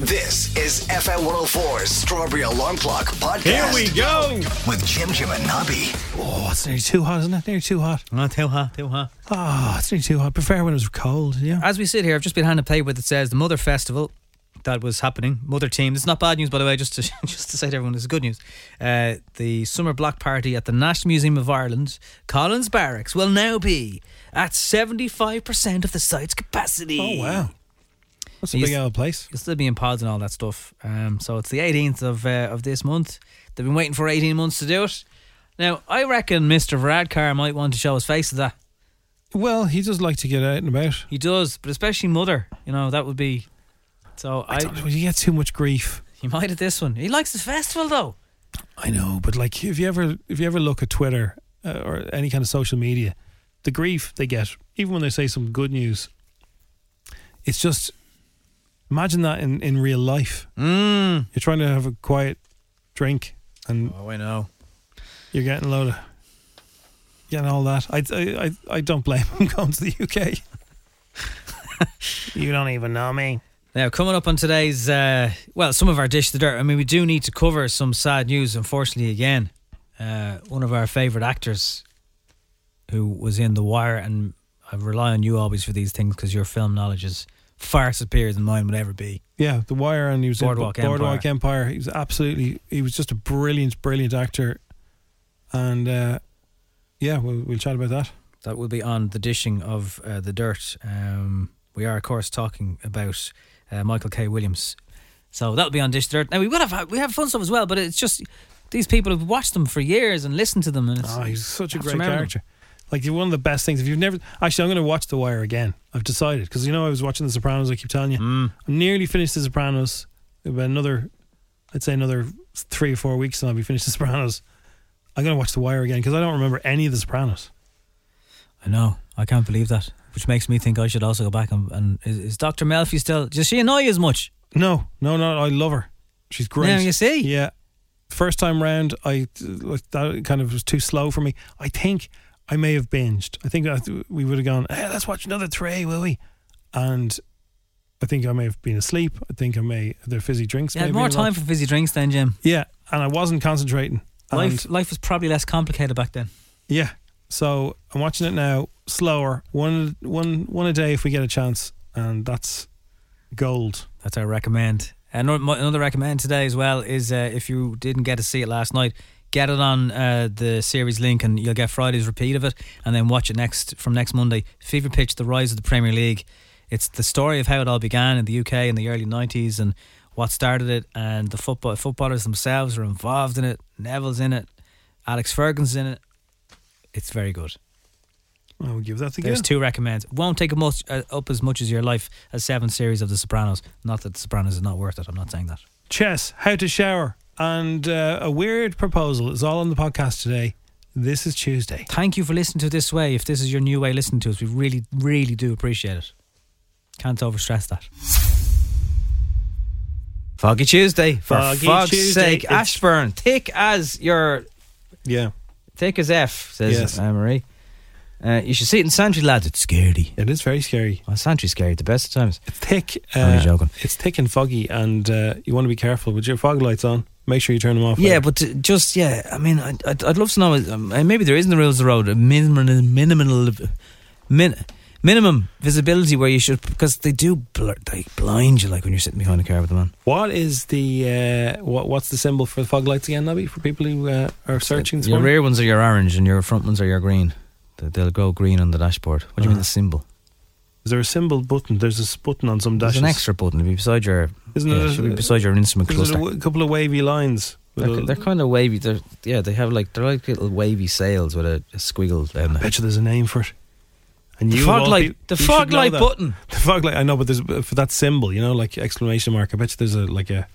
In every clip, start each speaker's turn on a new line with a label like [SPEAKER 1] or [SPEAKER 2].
[SPEAKER 1] This is FM 104's Strawberry Alarm Clock Podcast.
[SPEAKER 2] Here we go.
[SPEAKER 1] With Jim Jim and Nobby.
[SPEAKER 3] Oh, it's nearly too hot, isn't it? Nearly too hot.
[SPEAKER 2] Not Ah, too hot, too hot.
[SPEAKER 3] Oh, it's nearly too hot. Prefer when it was cold. Yeah.
[SPEAKER 2] As we sit here, I've just been handed a plate with it says the Mother Festival that was happening. Mother team. It's not bad news, by the way. Just to just to say to everyone, it's good news. Uh, the summer block party at the National Museum of Ireland, Collins Barracks, will now be at seventy five percent of the site's capacity.
[SPEAKER 3] Oh wow. That's a
[SPEAKER 2] He's-
[SPEAKER 3] big old place.
[SPEAKER 2] You'll still be in pods and all that stuff. Um, so it's the 18th of uh, of this month. They've been waiting for 18 months to do it. Now, I reckon Mr. Varadkar might want to show his face at that.
[SPEAKER 3] Well, he does like to get out and about.
[SPEAKER 2] He does, but especially Mother. You know, that would be. So I,
[SPEAKER 3] I don't know, you get too much grief.
[SPEAKER 2] he might at this one. He likes the festival though.
[SPEAKER 3] I know, but like if you ever if you ever look at Twitter uh, or any kind of social media, the grief they get, even when they say some good news, it's just imagine that in in real life.
[SPEAKER 2] Mm.
[SPEAKER 3] You're trying to have a quiet drink and
[SPEAKER 2] Oh, I know.
[SPEAKER 3] You're getting a load of getting all that. I I I, I don't blame him going to the UK. you don't even know me.
[SPEAKER 2] Now, coming up on today's, uh, well, some of our Dish the Dirt. I mean, we do need to cover some sad news, unfortunately, again. Uh, one of our favourite actors who was in The Wire, and I rely on you always for these things because your film knowledge is far superior than mine would ever be.
[SPEAKER 3] Yeah, The Wire, and he was in
[SPEAKER 2] Boardwalk
[SPEAKER 3] Boardwalk Empire. He was absolutely. He was just a brilliant, brilliant actor, and uh, yeah, we'll, we'll chat about that.
[SPEAKER 2] That will be on the dishing of uh, the dirt. Um, we are, of course, talking about uh, Michael K. Williams. So that'll be on Dish the Dirt. Now we will have we have fun stuff as well, but it's just these people have watched them for years and listened to them, and it's,
[SPEAKER 3] Oh, he's such a
[SPEAKER 2] have to
[SPEAKER 3] great
[SPEAKER 2] remember them.
[SPEAKER 3] character. Like one of the best things. If you've never actually, I'm going to watch The Wire again. I've decided because you know I was watching The Sopranos. I keep telling you, I'm nearly finished The Sopranos. About another, I'd say another three or four weeks, and I'll be finished The Sopranos. I'm going to watch The Wire again because I don't remember any of The Sopranos.
[SPEAKER 2] I know. I can't believe that. Which makes me think I should also go back and, and is, is Dr. Melfi still does she annoy you as much?
[SPEAKER 3] No, no, no. I love her. She's great.
[SPEAKER 2] Now you see.
[SPEAKER 3] Yeah. First time round, I like, that kind of was too slow for me. I think I may have binged. I think I, we would have gone. Hey, let's watch another three, will we? And I think I may have been asleep. I think I may their fizzy drinks.
[SPEAKER 2] You had
[SPEAKER 3] maybe
[SPEAKER 2] more
[SPEAKER 3] involved.
[SPEAKER 2] time for fizzy drinks then, Jim.
[SPEAKER 3] Yeah, and I wasn't concentrating.
[SPEAKER 2] Life
[SPEAKER 3] And-
[SPEAKER 2] life was probably less complicated back then.
[SPEAKER 3] yeah. So I'm watching it now, slower, one one one a day if we get a chance, and that's gold.
[SPEAKER 2] That's our recommend. Another, my- another recommend today as well is uh, if you didn't get to see it last night, get it on uh, the series link and you'll get Friday's repeat of it, and then watch it next from next Monday. Fever Pitch: The Rise of the Premier League. It's the story of how it all began in the UK in the early '90s and what started it, and the football footballers themselves are involved in it. Neville's in it, Alex Ferguson's in it. It's very good.
[SPEAKER 3] I will give that the
[SPEAKER 2] There's
[SPEAKER 3] go.
[SPEAKER 2] two recommends. Won't take much uh, up as much as your life as seven series of The Sopranos. Not that The Sopranos is not worth it. I'm not saying that.
[SPEAKER 3] chess, how to shower, and uh, a weird proposal is all on the podcast today. This is Tuesday.
[SPEAKER 2] Thank you for listening to this way. If this is your new way of listening to us, we really, really do appreciate it. Can't overstress that. Foggy Tuesday, for
[SPEAKER 3] Foggy
[SPEAKER 2] fog's
[SPEAKER 3] Tuesday,
[SPEAKER 2] sake.
[SPEAKER 3] it's-
[SPEAKER 2] Ashburn, thick as your
[SPEAKER 3] Yeah,
[SPEAKER 2] thick as F, says
[SPEAKER 3] Yes.
[SPEAKER 2] Anne Marie. Uh, you should see it in Santry, lads. It's scary.
[SPEAKER 3] it is very scary.
[SPEAKER 2] Well, Santry's scary at the best of times.
[SPEAKER 3] It's thick. Uh,
[SPEAKER 2] Only joking.
[SPEAKER 3] It's thick and foggy, and uh, you want to be careful with your fog lights on. Make sure you turn them off.
[SPEAKER 2] Yeah,
[SPEAKER 3] later.
[SPEAKER 2] but uh, just yeah, I mean, I'd, uh, I'd, I'd love to know. Um, and maybe there is in the rules of the road a minimal, minimal, min, minimum visibility where you should because they do blur, they blind you like when you're sitting behind a car with them on.
[SPEAKER 3] What is the uh, what? What's the symbol for the fog lights again, Nobby? For people who uh, are searching this
[SPEAKER 2] Your
[SPEAKER 3] morning?
[SPEAKER 2] rear ones are your orange and your front ones are your green. They- They'll go green on the dashboard. What do you
[SPEAKER 3] Uh-huh.
[SPEAKER 2] mean the symbol?
[SPEAKER 3] Is there a symbol button? There's a s- button on some
[SPEAKER 2] There's
[SPEAKER 3] dashes.
[SPEAKER 2] an extra button. It'll be beside your.
[SPEAKER 3] Isn't
[SPEAKER 2] yeah,
[SPEAKER 3] it
[SPEAKER 2] it
[SPEAKER 3] a-
[SPEAKER 2] should be beside your instrument
[SPEAKER 3] There's a
[SPEAKER 2] cluster.
[SPEAKER 3] w- couple of wavy lines. with
[SPEAKER 2] They're,
[SPEAKER 3] a-
[SPEAKER 2] they're kind of wavy. They're yeah. They have like they're like little wavy sails with a, a squiggle down there.
[SPEAKER 3] bet you there's a name for it. And
[SPEAKER 2] The
[SPEAKER 3] you
[SPEAKER 2] fog
[SPEAKER 3] all
[SPEAKER 2] light.
[SPEAKER 3] pe-
[SPEAKER 2] the
[SPEAKER 3] you should
[SPEAKER 2] fog
[SPEAKER 3] know
[SPEAKER 2] light
[SPEAKER 3] that.
[SPEAKER 2] button.
[SPEAKER 3] The fog light. I know, but there's for that symbol, you know, like exclamation mark. I bet you there's a like a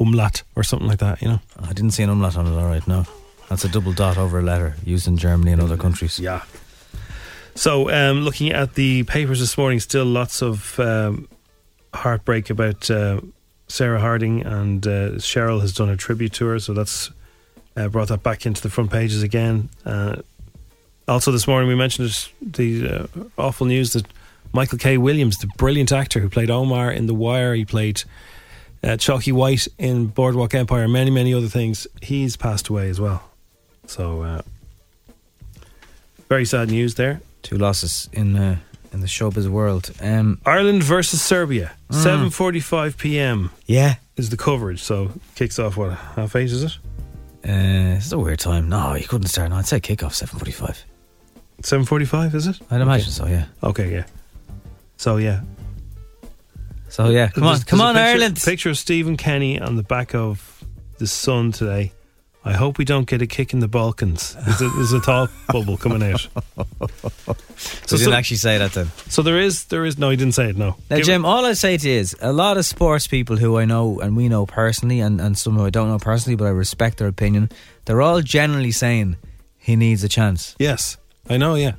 [SPEAKER 3] umlaut or something like that. You know.
[SPEAKER 2] Ah, I didn't see an umlaut on it. All right, no. That's a double dot over a letter used in Germany and other countries.
[SPEAKER 3] Yeah. So, um, looking at the papers this morning, still lots of um, heartbreak about uh, Sarah Harding, and uh, Cheryl has done a tribute to her, so that's uh, brought that back into the front pages again. Uh, also, this morning we mentioned it, the uh, awful news that Michael K. Williams, the brilliant actor who played Omar in The Wire, he played uh, Chalky White in Boardwalk Empire, many, many other things, he's passed away as well. So, uh, very sad news there.
[SPEAKER 2] Two losses in uh, in the showbiz world. Um,
[SPEAKER 3] Ireland versus Serbia,
[SPEAKER 2] Mm.
[SPEAKER 3] seven forty-five p.m.
[SPEAKER 2] yeah.
[SPEAKER 3] is the coverage. So kicks off what half eight is it?
[SPEAKER 2] Uh, it's a weird time. No, you couldn't start. No, I'd say kickoff seven forty-five.
[SPEAKER 3] Seven forty-five is it?
[SPEAKER 2] I'd imagine so. Yeah.
[SPEAKER 3] Okay, yeah. So yeah,
[SPEAKER 2] So yeah, come on,
[SPEAKER 3] There's-
[SPEAKER 2] come
[SPEAKER 3] there's a
[SPEAKER 2] on,
[SPEAKER 3] picture,
[SPEAKER 2] Ireland.
[SPEAKER 3] Picture of Stephen Kenny on the back of the Sun today. I hope we don't get a kick in the Balkans. There's a, there's a thought bubble coming out.
[SPEAKER 2] So
[SPEAKER 3] So- so-
[SPEAKER 2] didn't actually say that then.
[SPEAKER 3] So there is, there is. No, he didn't say it. No,
[SPEAKER 2] Now,
[SPEAKER 3] Give-
[SPEAKER 2] Jim, all I say to you is a lot of sports people who I know and we know personally, and, and some who I don't know personally, but I respect their opinion, they're all generally saying he needs a chance.
[SPEAKER 3] Yes, I know. Yeah,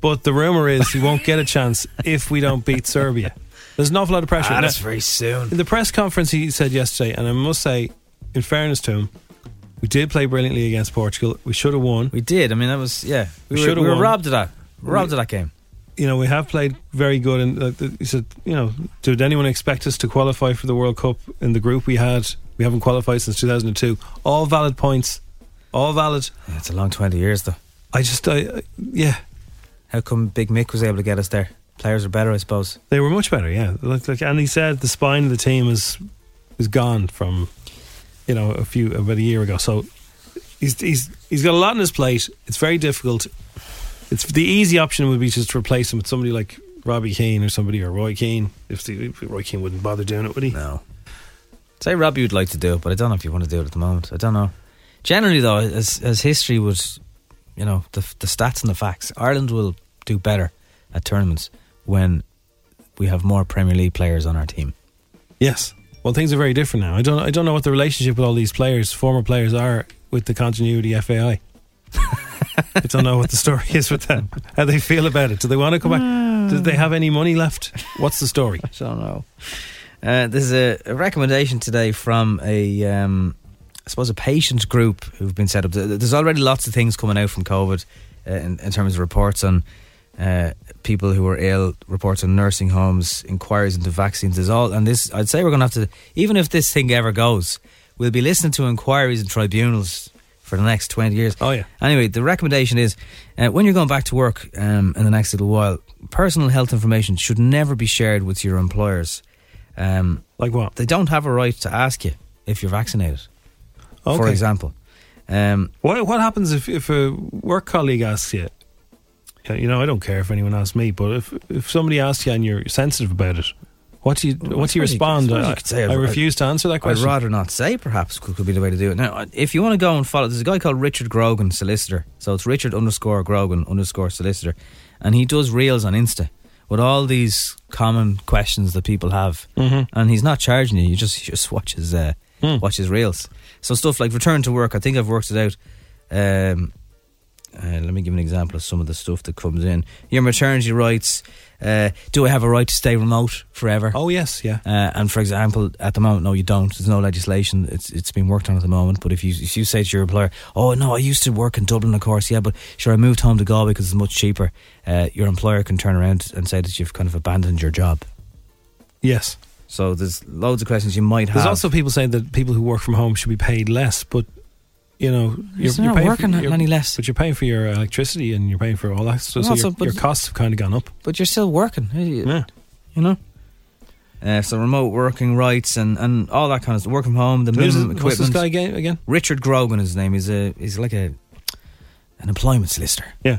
[SPEAKER 3] but the rumor is he won't get a chance if we don't beat Serbia. There's an awful lot of pressure. Now-
[SPEAKER 2] Ah, very soon.
[SPEAKER 3] In the press conference he said yesterday, and I must say, in fairness to him, we did play brilliantly against Portugal. We should have won.
[SPEAKER 2] We did. I mean, that was, yeah. We,
[SPEAKER 3] We
[SPEAKER 2] were,
[SPEAKER 3] should've
[SPEAKER 2] we were
[SPEAKER 3] won.
[SPEAKER 2] robbed of that. Robbed of that game.
[SPEAKER 3] You know, we have played very good. And like, the- he said, you know, did anyone expect us to qualify for the World Cup in the group we had? We haven't qualified since 2002. All valid points. All valid.
[SPEAKER 2] Yeah, it's a long 20 years, though.
[SPEAKER 3] I just, I, I- yeah,
[SPEAKER 2] How come Big Mick was able to get us there? Players are better, I suppose.
[SPEAKER 3] they were much better. Yeah, like, like and he said, the spine of the team is is gone from, you know, a few about a year ago. So he's he's he's got a lot on his plate. It's very difficult. It's the easy option would be just to replace him with somebody like Robbie Keane or somebody or Roy Keane. If, the, if Roy Keane wouldn't bother doing it, would he?
[SPEAKER 2] No. Say Robbie would like to do it, but I don't know if you want to do it at the moment. I don't know. Generally, though, as as history would, you know, the the stats and the facts, Ireland will do better at tournaments when we have more Premier League players on our team.
[SPEAKER 3] Yes. Well, things are very different now. I don't I don't know what the relationship with all these players, former players, are with the continuity FAI. I don't know what the story is with them. How they feel about it? Do they want to come back?
[SPEAKER 2] Mm.
[SPEAKER 3] Do they have any money left? What's the story?
[SPEAKER 2] I don't know. Uh, there's a, a recommendation today from a, um, I suppose, a patient group who've been set up. Th- There's already lots of things coming out from COVID uh, in, in terms of reports on uh, people who are ill, reports on nursing homes, inquiries into vaccines. There's all, and this, I'd say we're going to have to, even if this thing ever goes, we'll be listening to inquiries and tribunals for the next 20 years.
[SPEAKER 3] Oh, yeah.
[SPEAKER 2] Anyway, the recommendation is uh, when you're going back to work um, in the next little while, personal health information should never be shared with your employers. Um,
[SPEAKER 3] Like what?
[SPEAKER 2] they don't have a right to ask you if you're vaccinated, for example. Um,
[SPEAKER 3] What what happens if, if a work colleague asks you? Yeah, You know, I don't care if anyone asks me, but if if somebody asks you and you're sensitive about it, what do you what do you
[SPEAKER 2] I suppose you could- I
[SPEAKER 3] respond?
[SPEAKER 2] suppose
[SPEAKER 3] I,
[SPEAKER 2] you could say
[SPEAKER 3] I
[SPEAKER 2] I'd-
[SPEAKER 3] refuse to answer that
[SPEAKER 2] I'd
[SPEAKER 3] question.
[SPEAKER 2] rather not say, perhaps, could, could be the way to do it. Now, if you want to go and follow, there's a guy called Richard Grogan, solicitor. So it's Richard underscore Grogan underscore solicitor. And he does reels on Insta with all these common questions that people have. And he's not charging you, you just, you just watch, his, uh, watch his reels. So stuff like return to work, I think I've worked it out. Um, uh, let me give an example of some of the stuff that comes in. Your maternity rights. Uh, do I have a right to stay remote forever?
[SPEAKER 3] oh yes, yeah.
[SPEAKER 2] Uh, and for example, at the moment, no, you don't. There's no legislation. It's it's been worked on at the moment. But if you if you say to your employer, "Oh no, I used to work in Dublin, of course, yeah, but sure, I moved home to Galway because it's much cheaper," uh, your employer can turn around and say that you've kind of abandoned your job.
[SPEAKER 3] Yes.
[SPEAKER 2] So there's loads of questions you might have.
[SPEAKER 3] There's also people saying that people who work from home should be paid less, but you know, you're,
[SPEAKER 2] It's not
[SPEAKER 3] you're paying
[SPEAKER 2] working
[SPEAKER 3] for,
[SPEAKER 2] that
[SPEAKER 3] you're-
[SPEAKER 2] many less.
[SPEAKER 3] But you're paying for your electricity and you're paying for all that. So, so
[SPEAKER 2] Also,
[SPEAKER 3] your,
[SPEAKER 2] but-
[SPEAKER 3] your costs have kind of gone up.
[SPEAKER 2] but you're still working. eh, You,
[SPEAKER 3] Yeah.
[SPEAKER 2] you know. Uh, so remote working rights and, and all that kind of stuff. Work from home, the
[SPEAKER 3] Who's
[SPEAKER 2] minimum
[SPEAKER 3] this- what's this
[SPEAKER 2] equipment.
[SPEAKER 3] guy again? again?
[SPEAKER 2] Richard Grogan, is his name. He's a he's like a an employment solicitor.
[SPEAKER 3] Yeah.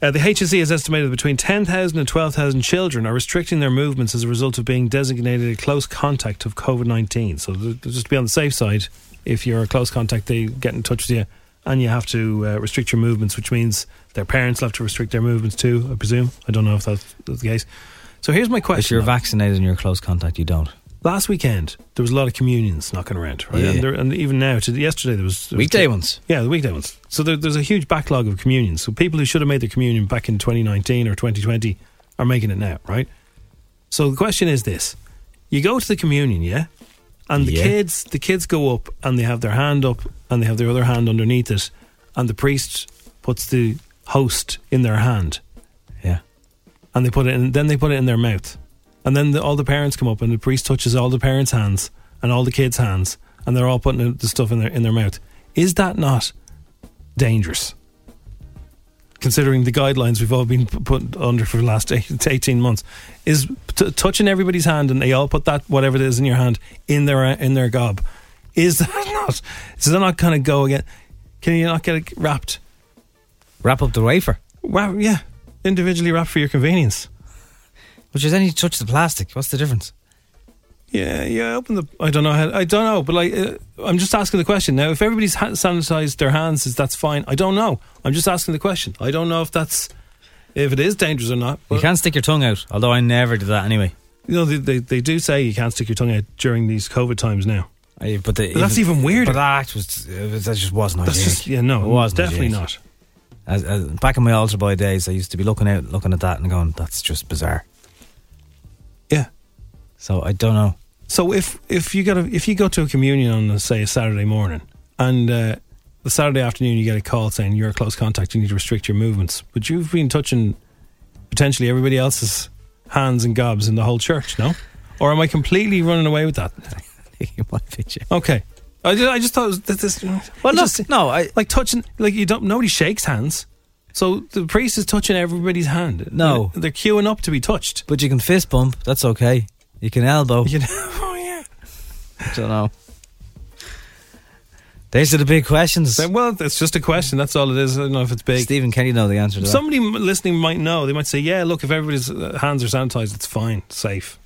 [SPEAKER 3] Uh, the HSE has estimated that between 10,000 and 12,000 children are restricting their movements as a result of being designated a close contact of COVID 19. So, th- just to be on the safe side, if you're a close contact, they get in touch with you and you have to uh, restrict your movements, which means their parents will have to restrict their movements too, I presume. I don't know if that's, that's the case. So, here's my question.
[SPEAKER 2] If you're
[SPEAKER 3] though.
[SPEAKER 2] vaccinated and you're a close contact, you don't.
[SPEAKER 3] Last weekend, there was a lot of communions knocking around, right?
[SPEAKER 2] Yeah.
[SPEAKER 3] And, there, and even now, to, yesterday, there was. there was-
[SPEAKER 2] Weekday ones.
[SPEAKER 3] Yeah, the weekday ones. So there, there's a huge backlog of communions. So people who should have made their communion back in 2019 or 2020 are making it now, right? So the question is this: You go to the communion, yeah, and the
[SPEAKER 2] Yeah.
[SPEAKER 3] kids, the kids go up and they have their hand up and they have their other hand underneath it, and the priest puts the host in their hand
[SPEAKER 2] Yeah.
[SPEAKER 3] and they put it in, then they put it in their mouth. And then the, all the parents come up and the priest touches all the parents' hands and all the kids' hands and they're all putting the stuff in their in their mouth. Is that not dangerous? Considering the guidelines we've all been p- put under for the last eight- 18 months, is t- touching everybody's hand and they all put that whatever it is in your hand in their uh, in their gob. Is that not? Does that not kind of go again? Can you not get it wrapped?
[SPEAKER 2] Wrap up the wafer,
[SPEAKER 3] Wow, yeah, individually wrapped for your convenience.
[SPEAKER 2] which is any touch the plastic. What's the difference?
[SPEAKER 3] Yeah, yeah. Open the. I don't know. How, I don't know. But like, uh, I'm just asking the question now. If everybody's ha- sanitized their hands, is that's fine. I don't know. I'm just asking the question. I don't know if that's if it is dangerous or not.
[SPEAKER 2] You
[SPEAKER 3] But,
[SPEAKER 2] can't stick your tongue out. Although I never did that anyway.
[SPEAKER 3] you know, they, they they do say you can't stick your tongue out during these COVID times now.
[SPEAKER 2] I, but, the,
[SPEAKER 3] But that's even weirder.
[SPEAKER 2] But that act was, it was that just wasn't
[SPEAKER 3] That's
[SPEAKER 2] hygienic.
[SPEAKER 3] just yeah. No,
[SPEAKER 2] it wasn't
[SPEAKER 3] definitely
[SPEAKER 2] hygienic.
[SPEAKER 3] not.
[SPEAKER 2] As, as, back in my altar boy days, I used to be looking out, looking at that, and going, "That's just bizarre."
[SPEAKER 3] Yeah.
[SPEAKER 2] So I don't know.
[SPEAKER 3] So if if you got a, if you go to a communion on uh, say a Saturday morning and uh, the Saturday afternoon you get a call saying you're a close contact, you need to restrict your movements, but you've been touching potentially everybody else's hands and gobs in the whole church, no? Or am I completely running away with that?
[SPEAKER 2] you might be joking.
[SPEAKER 3] Okay, I just, I just thought it was, that this.
[SPEAKER 2] Well,
[SPEAKER 3] it
[SPEAKER 2] no,
[SPEAKER 3] just-
[SPEAKER 2] no, I
[SPEAKER 3] like touching like you don't nobody shakes hands, so the priest is touching everybody's hand.
[SPEAKER 2] No.
[SPEAKER 3] they're queuing up to be touched.
[SPEAKER 2] but you can fist bump. That's okay. You can elbow.
[SPEAKER 3] You know, oh yeah.
[SPEAKER 2] I don't know. These are the big questions.
[SPEAKER 3] Then, Well, it's just a question. That's all it is. I don't know if it's big.
[SPEAKER 2] Stephen, can you know the answer to that?
[SPEAKER 3] Somebody m- listening might know. They might say, "Yeah, look, if everybody's uh, hands are sanitized, it's fine, it's safe."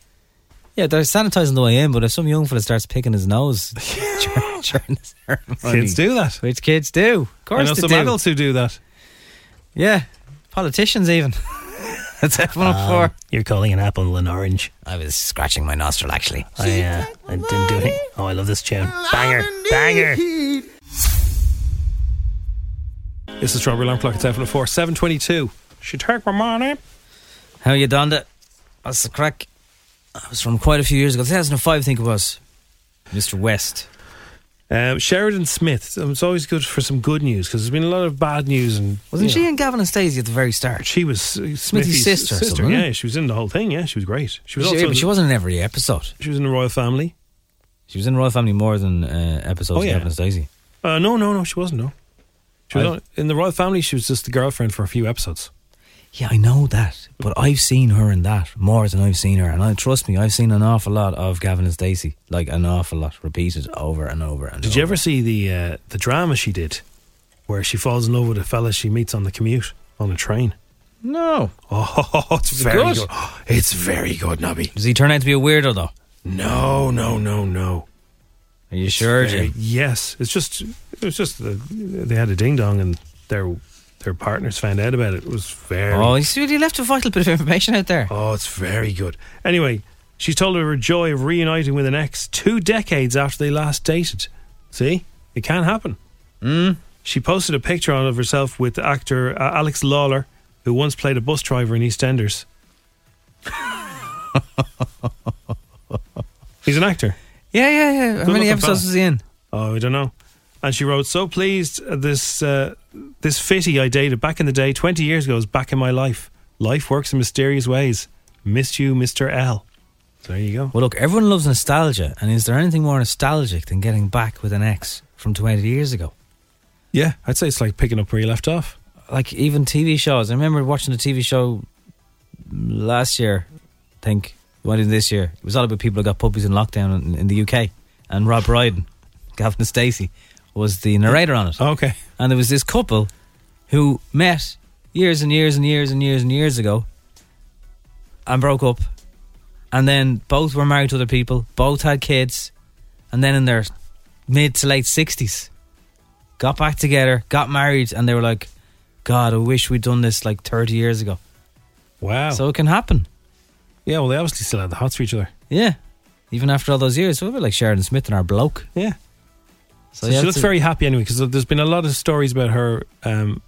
[SPEAKER 2] yeah, they're sanitizing the way in, but if some young fella starts picking his nose during, during the ceremony,
[SPEAKER 3] Kids do that.
[SPEAKER 2] which kids do, of course
[SPEAKER 3] I know
[SPEAKER 2] they
[SPEAKER 3] some
[SPEAKER 2] do.
[SPEAKER 3] adults who do that.
[SPEAKER 2] Yeah, politicians even. That's F one hundred four.
[SPEAKER 3] Ah. You're calling an apple an orange.
[SPEAKER 2] I was scratching my nostril actually.
[SPEAKER 3] I, uh, I didn't do it. Oh, I love this tune. Banger, banger. It's the strawberry alarm clock. It's Apple Four Seven Twenty-two. Should take my money.
[SPEAKER 2] How you done it? That's the crack. That was from quite a few years ago, 2005, I think it was. Mr. West.
[SPEAKER 3] Um, Sheridan Smith. Um, It's always good for some good news because there's been a lot of bad news and
[SPEAKER 2] Wasn't
[SPEAKER 3] you
[SPEAKER 2] she in Gavin and Stacey at the very start?
[SPEAKER 3] She was uh, Smithy's
[SPEAKER 2] sister or something,
[SPEAKER 3] yeah,
[SPEAKER 2] eh?
[SPEAKER 3] she was in the whole thing. Yeah, she was great. She was
[SPEAKER 2] She,
[SPEAKER 3] also in
[SPEAKER 2] but
[SPEAKER 3] the-
[SPEAKER 2] she wasn't in every episode.
[SPEAKER 3] she was in the royal family.
[SPEAKER 2] She was in Royal Family more than uh, episodes
[SPEAKER 3] Oh, yeah.
[SPEAKER 2] of Gavin and Stacey.
[SPEAKER 3] Uh, no, no, no, she wasn't. No, she was
[SPEAKER 2] I-
[SPEAKER 3] on, in the royal family. She was just the girlfriend for a few episodes.
[SPEAKER 2] Yeah, I know that, but I've seen her in that more than I've seen her, and I trust me, I've seen an awful lot of Gavin and Stacey, like an awful lot, repeated over and over and.
[SPEAKER 3] Did you
[SPEAKER 2] over.
[SPEAKER 3] ever see the uh, the drama she did, where she falls in love with a fella she meets on the commute on a train?
[SPEAKER 2] No.
[SPEAKER 3] Oh, it's
[SPEAKER 2] Is it
[SPEAKER 3] very
[SPEAKER 2] good?
[SPEAKER 3] good. It's very good, Nobby.
[SPEAKER 2] Does he turn out to be a weirdo though?
[SPEAKER 3] No, no, no, no.
[SPEAKER 2] Are you sure?
[SPEAKER 3] Very-
[SPEAKER 2] Jim?
[SPEAKER 3] yes, it's just it was just the, they had a ding dong and their their partners found out about it. It was very
[SPEAKER 2] Oh, you see, he left a vital bit of information out there.
[SPEAKER 3] Oh, it's very good. Anyway, she's told of her joy of reuniting with an ex two decades after they last dated. See, it can happen. Mm. She posted a picture of herself with actor uh, Alex Lawler, who once played a bus driver in EastEnders. He's an actor.
[SPEAKER 2] Yeah, yeah, yeah. How many
[SPEAKER 3] looking
[SPEAKER 2] episodes
[SPEAKER 3] fella.
[SPEAKER 2] was he in?
[SPEAKER 3] Oh, I don't know. And she wrote, "So pleased at this uh, this fitty I dated back in the day, twenty years ago, is back in my life. Life works in mysterious ways. Miss you, Mister L." So there you go.
[SPEAKER 2] Well, look, everyone loves nostalgia, and is there anything more nostalgic than getting back with an ex from 20 years ago?
[SPEAKER 3] Yeah, I'd say it's like picking up where you left off.
[SPEAKER 2] Like even TV shows. I remember watching a TV show last year. I think what in this year? It was all about people who got puppies in lockdown in, in the UK. And Rob Brydon, Gavin Stacey, was the narrator on it.
[SPEAKER 3] Okay.
[SPEAKER 2] and there was this couple who met years and years and years and years and years ago and broke up and then both were married to other people both had kids and then in their mid to late 60s got back together got married and they were like god i wish we'd done this like 30 years ago
[SPEAKER 3] Wow.
[SPEAKER 2] so it can happen
[SPEAKER 3] yeah, well, they obviously still had the hots for each other.
[SPEAKER 2] yeah even after all those years so we're like sheridan smith and our bloke
[SPEAKER 3] Yeah. So,
[SPEAKER 2] so, yeah,
[SPEAKER 3] she
[SPEAKER 2] it's
[SPEAKER 3] looks
[SPEAKER 2] a-
[SPEAKER 3] very happy anyway, because there's been a lot of stories about her. Um,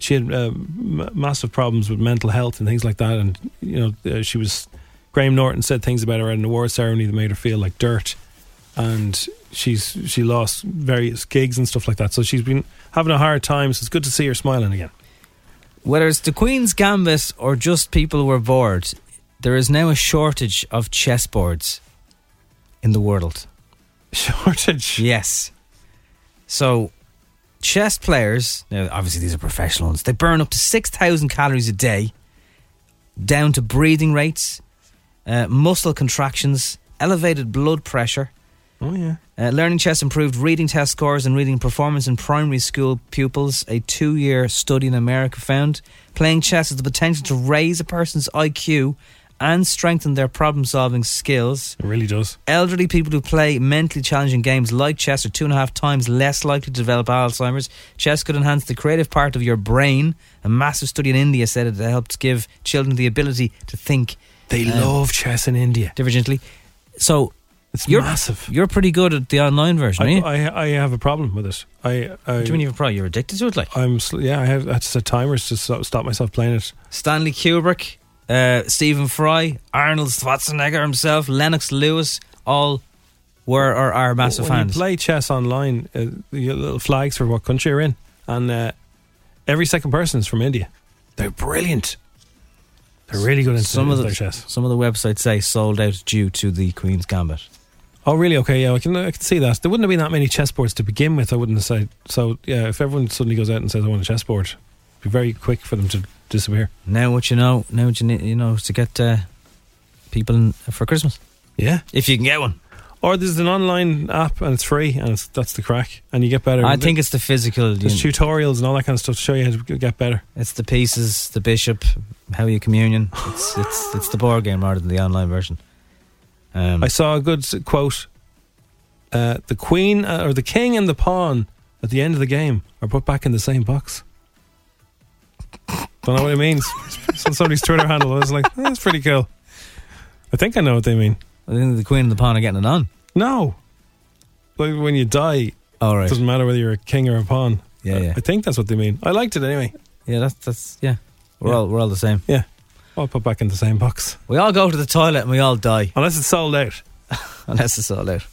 [SPEAKER 3] she had uh, m- massive problems with mental health and things like that, and you know uh, she was. Graham Norton said things about her at an award ceremony that made her feel like dirt, and she's she lost various gigs and stuff like that. So she's been having a hard time. So it's good to see her smiling again.
[SPEAKER 2] Whether it's the Queen's Gambit or just people were bored, there is now a shortage of chessboards in the world.
[SPEAKER 3] Shortage.
[SPEAKER 2] Yes. So, chess players, now obviously these are professional ones, they burn up to 6,000 calories a day, down to breathing rates, uh, muscle contractions, elevated blood pressure.
[SPEAKER 3] Oh yeah.
[SPEAKER 2] Uh, Learning Chess improved reading test scores and reading performance in primary school pupils. A two year study in America found playing chess has the potential to raise a person's IQ and strengthen their problem solving skills.
[SPEAKER 3] It really does.
[SPEAKER 2] Elderly people who play mentally challenging games like chess are two and a half times less likely to develop Alzheimer's. Chess could enhance the creative part of your brain. A massive study in India said it helped give children the ability to think
[SPEAKER 3] They love chess in India.
[SPEAKER 2] divergently. So
[SPEAKER 3] It's
[SPEAKER 2] you're,
[SPEAKER 3] massive.
[SPEAKER 2] You're pretty good at the online version, are
[SPEAKER 3] I,
[SPEAKER 2] you?
[SPEAKER 3] I I have a problem with it. I, I
[SPEAKER 2] Do you mean you're probably you're addicted to it? Like
[SPEAKER 3] I'm sl- yeah. I have. I just had timers to so- stop myself playing it.
[SPEAKER 2] Stanley Kubrick, uh, Stephen Fry, Arnold Schwarzenegger himself, Lennox Lewis, all were or are massive
[SPEAKER 3] when
[SPEAKER 2] fans.
[SPEAKER 3] You play chess online, uh, you get little flags for what country you're in, and uh, every second person is from India. They're brilliant. They're really good in
[SPEAKER 2] some of the
[SPEAKER 3] their chess.
[SPEAKER 2] some of the websites say sold out due to the Queen's Gambit.
[SPEAKER 3] Oh, really? Okay, yeah, I can I can see that. There wouldn't have been that many chessboards to begin with. I wouldn't have said so. Yeah, if everyone suddenly goes out and says I want a chessboard, it'd be very quick for them to disappear.
[SPEAKER 2] Now what you know, now what you need, you know is to get uh, people in for Christmas
[SPEAKER 3] Yeah.
[SPEAKER 2] if you can get one.
[SPEAKER 3] Or there's an online app and it's free and it's, that's the crack and you get better.
[SPEAKER 2] I think it's the physical. you
[SPEAKER 3] there's
[SPEAKER 2] know,
[SPEAKER 3] tutorials and all that kind of stuff to show you how to get better.
[SPEAKER 2] it's the pieces, the bishop, how you communion. It's it's it's the board game rather than the online version. Um,
[SPEAKER 3] I saw a good s- quote. Uh, the queen uh, or the king and the pawn at the end of the game are put back in the same box. Don't know what it means. It's on somebody's Twitter handle. I was like, "Eh, that's pretty cool. I think I know what they mean.
[SPEAKER 2] I think the queen and the pawn are getting it on.
[SPEAKER 3] No, like when you die,
[SPEAKER 2] All
[SPEAKER 3] it
[SPEAKER 2] right.
[SPEAKER 3] doesn't matter whether you're a king or a pawn.
[SPEAKER 2] Yeah,
[SPEAKER 3] I,
[SPEAKER 2] yeah.
[SPEAKER 3] I think that's what they mean. I liked it anyway.
[SPEAKER 2] Yeah, that's that's yeah. We're
[SPEAKER 3] Yeah.
[SPEAKER 2] all we're all the same.
[SPEAKER 3] Yeah, all put back in the same box
[SPEAKER 2] We all go to the toilet and we all die,
[SPEAKER 3] unless it's sold out.
[SPEAKER 2] unless it's all out.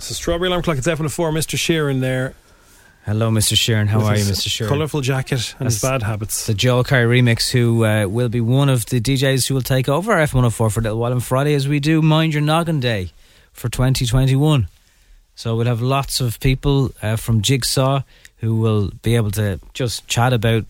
[SPEAKER 3] So strawberry alarm clock. It's F one four. Mr. Sheeran there.
[SPEAKER 2] Hello, Mr. Sheeran. How
[SPEAKER 3] with
[SPEAKER 2] are you,
[SPEAKER 3] his
[SPEAKER 2] Mr. Sheeran?
[SPEAKER 3] Colourful jacket and his
[SPEAKER 2] That's-
[SPEAKER 3] bad habits.
[SPEAKER 2] The Joel Curry remix, who uh, will be one of the DJs who will take over F104 for a little while on Friday as we do Mind Your Noggin Day for 2021. So we'll have lots of people uh, from Jigsaw who will be able to just chat about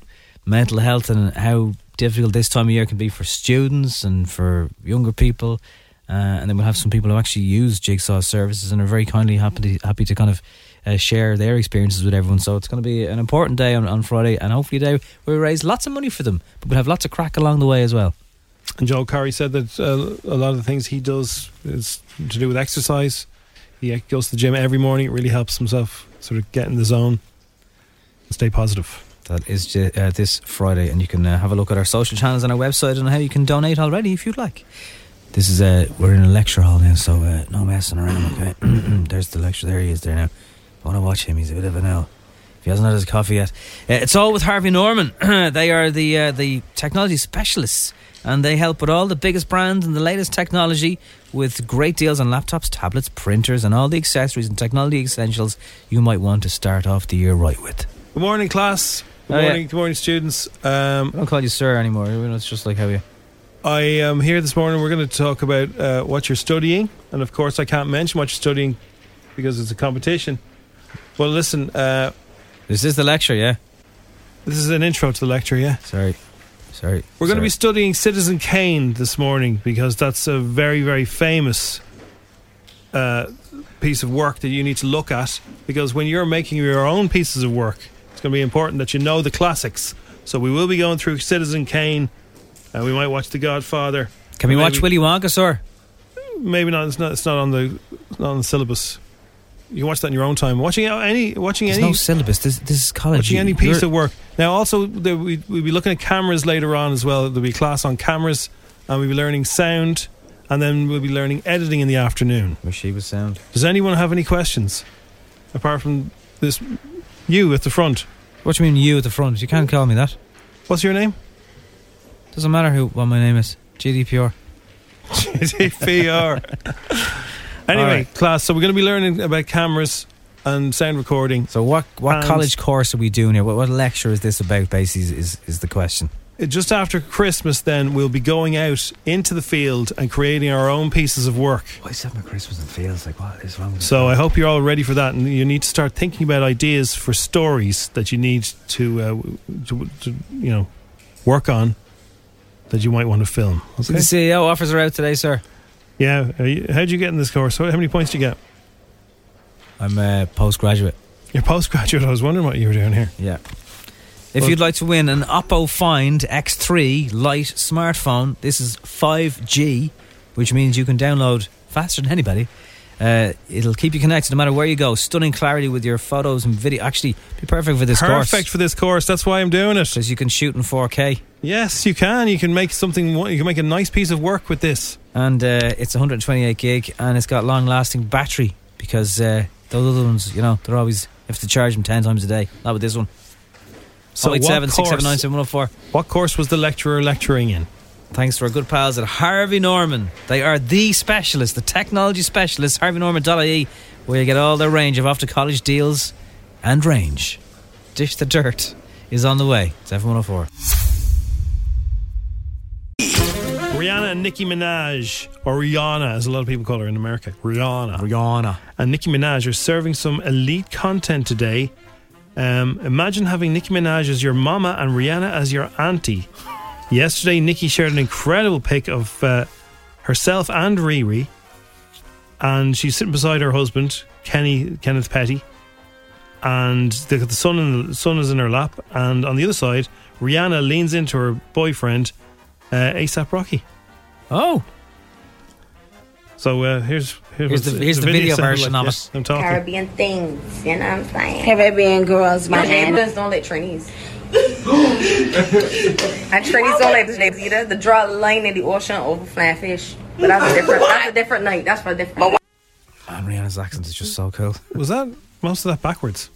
[SPEAKER 2] mental health and how difficult this time of year can be for students and for younger people. Uh, and then we'll have some people who actually use Jigsaw services and are very kindly happy to, happy to kind of uh, share their experiences with everyone. So it's going to be an important day on, on Friday and hopefully a day where we raise lots of money for them. But we'll have lots of crack along the way as well.
[SPEAKER 3] And Joel Curry said that uh, a lot of the things he does is to do with exercise. He e, goes to the gym every morning. It really helps himself sort of get in the zone and stay positive.
[SPEAKER 2] That is ju- uh, this Friday, and you can uh, have a look at our social channels and our website and how you can donate already if you'd like. This is uh, we're in a lecture hall now, so uh, no messing around. Okay, there's the lecture. There he is. There now. I want to watch him. He's a bit of an L. If he hasn't had his coffee yet, uh, it's all with Harvey Norman. they are the uh, the technology specialists, and they help with all the biggest brands and the latest technology with great deals on laptops, tablets, printers, and all the accessories and technology essentials you might want to start off the year right with.
[SPEAKER 3] Good morning, class. Good
[SPEAKER 2] Oh, yeah.
[SPEAKER 3] morning, good morning, students. Um,
[SPEAKER 2] I don't call you sir anymore. You know, It's just like how you.
[SPEAKER 3] I am here this morning. We're going to talk about uh, what you're studying, and of course, I can't mention what you're studying because it's a competition. Well, listen, uh,
[SPEAKER 2] This is the lecture, yeah.
[SPEAKER 3] this is an intro to the lecture, yeah?
[SPEAKER 2] Sorry, sorry.
[SPEAKER 3] We're going to
[SPEAKER 2] sorry.
[SPEAKER 3] be studying Citizen Kane this morning because that's a very, very famous uh, piece of work that you need to look at. Because when you're making your own pieces of work, it's going to be important that you know the classics. So we will be going through Citizen Kane. Uh, we might watch The Godfather.
[SPEAKER 2] Can we
[SPEAKER 3] Maybe-
[SPEAKER 2] watch Willy Wonka, sir?
[SPEAKER 3] Maybe not. It's not. It's not on the. It's not on the syllabus. You can watch that in your own time. Watching out any. Watching
[SPEAKER 2] There's
[SPEAKER 3] any.
[SPEAKER 2] no syllabus. This this is college.
[SPEAKER 3] watching
[SPEAKER 2] You-
[SPEAKER 3] any piece
[SPEAKER 2] you're-
[SPEAKER 3] of work. Now, also, there, we, we'll be looking at cameras later on as well. There'll be a class on cameras, and we'll be learning sound, and then we'll be learning editing in the afternoon.
[SPEAKER 2] Wish he was sound.
[SPEAKER 3] Does anyone have any questions? Apart from this, you at the front.
[SPEAKER 2] What do you mean you at the front? You can't call me that.
[SPEAKER 3] What's your name?
[SPEAKER 2] Doesn't matter who what my name is. GDPR.
[SPEAKER 3] GDPR. anyway,
[SPEAKER 2] All right.
[SPEAKER 3] class, so we're going to be learning about cameras and sound recording.
[SPEAKER 2] So what what
[SPEAKER 3] And-
[SPEAKER 2] college course are we doing here? What, what lecture is this about? Basically, is, is is the question.
[SPEAKER 3] Uh, Just after Christmas, then, we'll be going out into the field and creating our own pieces of work.
[SPEAKER 2] Why is that my Christmas and feels like what is wrong? With
[SPEAKER 3] So I hope you're all ready for that, and you need to start thinking about ideas for stories that you need to, uh, to, to you know, work on that you might want to film. Okay.
[SPEAKER 2] The CEO offers are out today, sir.
[SPEAKER 3] Yeah. Are you- How'd you get in this course? How how many points did you get?
[SPEAKER 2] I'm a postgraduate.
[SPEAKER 3] You're postgraduate. I was wondering what you were doing here.
[SPEAKER 2] Yeah. If
[SPEAKER 3] Well-
[SPEAKER 2] you'd like to win an Oppo Find X3 Lite smartphone, this is 5G, which means you can download faster than anybody. Uh, it'll keep you connected no matter where you go. Stunning clarity with your photos and video. Actually, be perfect for this
[SPEAKER 3] Perfect
[SPEAKER 2] course
[SPEAKER 3] for this course. That's why I'm doing it.
[SPEAKER 2] because you can shoot in 4K.
[SPEAKER 3] Yes, you can. You can make something. wo- You can make a nice piece of work with this.
[SPEAKER 2] and uh, it's 128 gig and it's got long lasting battery because uh, those other ones you know they're always you have to charge them 10 times a day not with this one
[SPEAKER 3] So what
[SPEAKER 2] 087 679
[SPEAKER 3] course?
[SPEAKER 2] 7104.
[SPEAKER 3] What course was the lecturer lecturing in?
[SPEAKER 2] thanks to our good pals at Harvey Norman they are the specialist the technology specialist harveynorman.ie where you get all their range of after college deals and range Dish the Dirt is on the way it's F104
[SPEAKER 3] Rihanna and Nicki Minaj, or Rihanna, as a lot of people call her in America. Rihanna.
[SPEAKER 2] Rihanna
[SPEAKER 3] and Nicki Minaj are serving some elite content today. Um, imagine having Nicki Minaj as your mama and Rihanna as your auntie. Yesterday, Nicki shared an incredible pic of uh, herself and Riri, and she's sitting beside her husband, Kenny Kenneth Petty, and the, the son in the son is in her lap, and on the other side, Rihanna leans into her boyfriend, uh, ASAP Rocky.
[SPEAKER 2] oh
[SPEAKER 3] So uh, here's here's,
[SPEAKER 2] Here's
[SPEAKER 3] what's-
[SPEAKER 2] the- here's the video
[SPEAKER 3] sample,
[SPEAKER 2] version of
[SPEAKER 3] yes,
[SPEAKER 2] it.
[SPEAKER 3] them talking.
[SPEAKER 4] Caribbean things. You know what I'm saying?
[SPEAKER 5] Caribbean girls, my
[SPEAKER 4] Nigerians
[SPEAKER 5] name.
[SPEAKER 4] don't let trainees. and trainees don't let the either. The draw a line in the ocean over flying fish. But that's a different. That's a different night. That's for a different. night.
[SPEAKER 2] and Rihanna's accent is just so cool
[SPEAKER 3] Was that most of that backwards?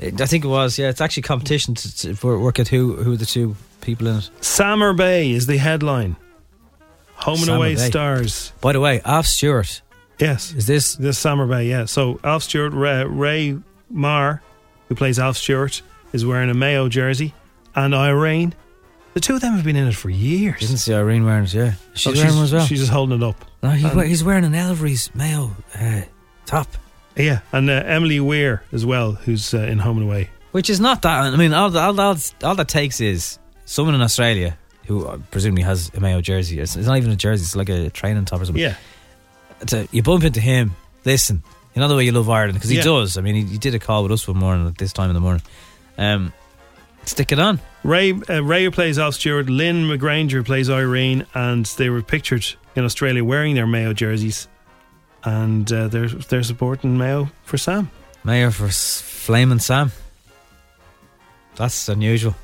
[SPEAKER 2] I think it was. Yeah, it's actually competition to, to for- work out who who are the two people in it.
[SPEAKER 3] Sammer Bay is the headline. Home and
[SPEAKER 2] Samar
[SPEAKER 3] Away
[SPEAKER 2] Bay.
[SPEAKER 3] stars.
[SPEAKER 2] By the way, Alf Stewart
[SPEAKER 3] Yes.
[SPEAKER 2] is this.
[SPEAKER 3] This Sammer Bay, yeah. So Alf Stewart, Ray, Ray Marr, who plays Alf Stewart, is wearing a Mayo jersey, and Irene. The two of them have been in it for years.
[SPEAKER 2] Didn't see Irene wearing it. Yeah, she's
[SPEAKER 3] Oh,
[SPEAKER 2] wearing one as well.
[SPEAKER 3] She's just holding it up.
[SPEAKER 2] no, he, we- he's wearing an Elvery's Mayo uh, top,
[SPEAKER 3] Yeah, and uh, Emily Weir as well, who's uh, in Home and Away.
[SPEAKER 2] which is not that. I mean, all all, all, all that takes is someone in Australia who uh, presumably has a Mayo jersey. It's, it's not even a jersey. It's like a training top or something.
[SPEAKER 3] Yeah.
[SPEAKER 2] to, you bump into him. Listen, you know the way you love Ireland because he
[SPEAKER 3] Yeah.
[SPEAKER 2] does. I mean, he, he did a call with us one morning at this time in the morning. Um, stick it on.
[SPEAKER 3] Ray, uh, Ray who plays Alf Stewart, Lynn McGranger plays Irene, and they were pictured in Australia wearing their Mayo jerseys, and uh, they're they're supporting Mayo for Sam.
[SPEAKER 2] Mayor for S- Flame and Sam. That's unusual.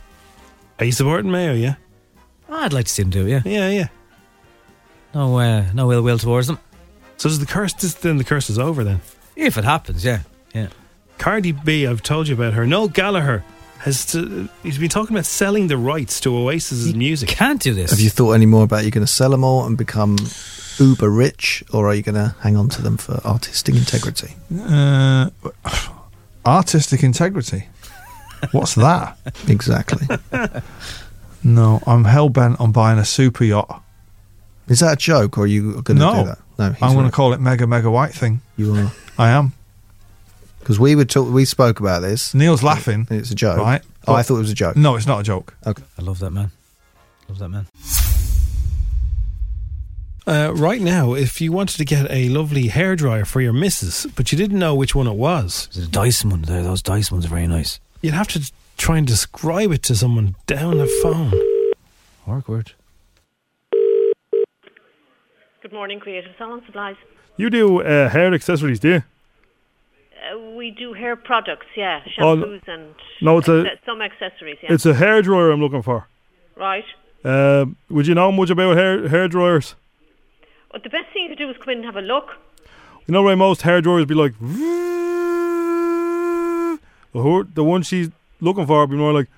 [SPEAKER 3] Are you supporting Mayo? Yeah,
[SPEAKER 2] I'd like to see them do it, yeah.
[SPEAKER 3] yeah, yeah.
[SPEAKER 2] No, uh, no ill will towards them.
[SPEAKER 3] So is the curse? This, then the curse is over. Then
[SPEAKER 2] If it happens, yeah. Yeah.
[SPEAKER 3] Cardi B, I've told you about her. Noel Gallagher has to, he's been talking about selling the rights to Oasis's music.
[SPEAKER 2] Can't do this.
[SPEAKER 6] Have you thought any more about you're going to sell them all and become uber rich, or are you going to hang on to them for artistic integrity?
[SPEAKER 7] Uh, artistic integrity. What's that?
[SPEAKER 6] Exactly.
[SPEAKER 7] No, I'm hell bent on buying a super yacht.
[SPEAKER 6] Is that a joke, or are you going to
[SPEAKER 7] No.
[SPEAKER 6] do that? No, he's
[SPEAKER 7] I'm going
[SPEAKER 6] right.
[SPEAKER 7] to call it Mega Mega White Thing.
[SPEAKER 6] You are.
[SPEAKER 7] I am.
[SPEAKER 6] because we were talk, we spoke about this.
[SPEAKER 7] Neil's laughing.
[SPEAKER 6] It's a joke.
[SPEAKER 7] Right.
[SPEAKER 6] Oh, I thought it was a joke.
[SPEAKER 7] No, it's not a joke.
[SPEAKER 6] Okay.
[SPEAKER 2] I love that man. Love that man.
[SPEAKER 3] Uh, right now, if you wanted to get a lovely hairdryer for your missus, but you didn't know which one it was,
[SPEAKER 2] The Dyson one, there, those Dyson ones are very nice.
[SPEAKER 3] you'd have to try and describe it to someone down the phone.
[SPEAKER 2] Awkward.
[SPEAKER 5] Good morning, Creative Salon Supplies.
[SPEAKER 8] You do uh, hair accessories, do you?
[SPEAKER 5] Uh, we do hair products, yeah,
[SPEAKER 8] Oh,
[SPEAKER 5] shampoos and
[SPEAKER 8] no, it's a-
[SPEAKER 5] acce- some accessories, yeah.
[SPEAKER 8] It's a hairdryer I'm looking for.
[SPEAKER 5] right.
[SPEAKER 8] Uh, would you know much about hair hairdryers?
[SPEAKER 5] But the best thing you could do is come in and have a look.
[SPEAKER 8] You know why most hairdryers be like, but her, the one she's looking for would be more like,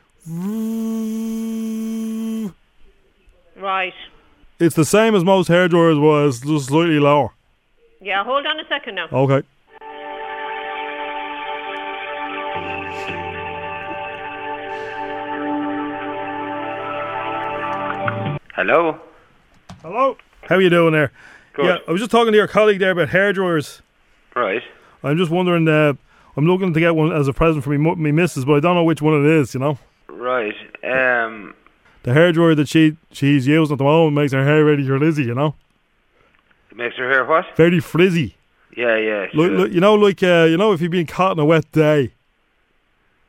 [SPEAKER 5] Right.
[SPEAKER 8] it's the same as most hairdryers was, just slightly lower.
[SPEAKER 5] Yeah, hold on a second now.
[SPEAKER 8] Okay.
[SPEAKER 9] Hello.
[SPEAKER 8] Hello. How you doing there?
[SPEAKER 9] Good.
[SPEAKER 8] Yeah, I was just talking to your colleague there about hairdryers.
[SPEAKER 9] Right.
[SPEAKER 8] I'm just wondering. Uh, I'm looking to get one as a present for me, mu- me missus, but I don't know which one it is. You know,
[SPEAKER 9] Right. Um.
[SPEAKER 8] the hairdryer that she she's using at the moment makes her hair really frizzy. You know,
[SPEAKER 9] It makes her hair what?
[SPEAKER 8] very frizzy.
[SPEAKER 9] Yeah. Yeah.
[SPEAKER 8] Look,
[SPEAKER 9] sure.
[SPEAKER 8] look, you know, like uh, you know, if you've been caught in a wet day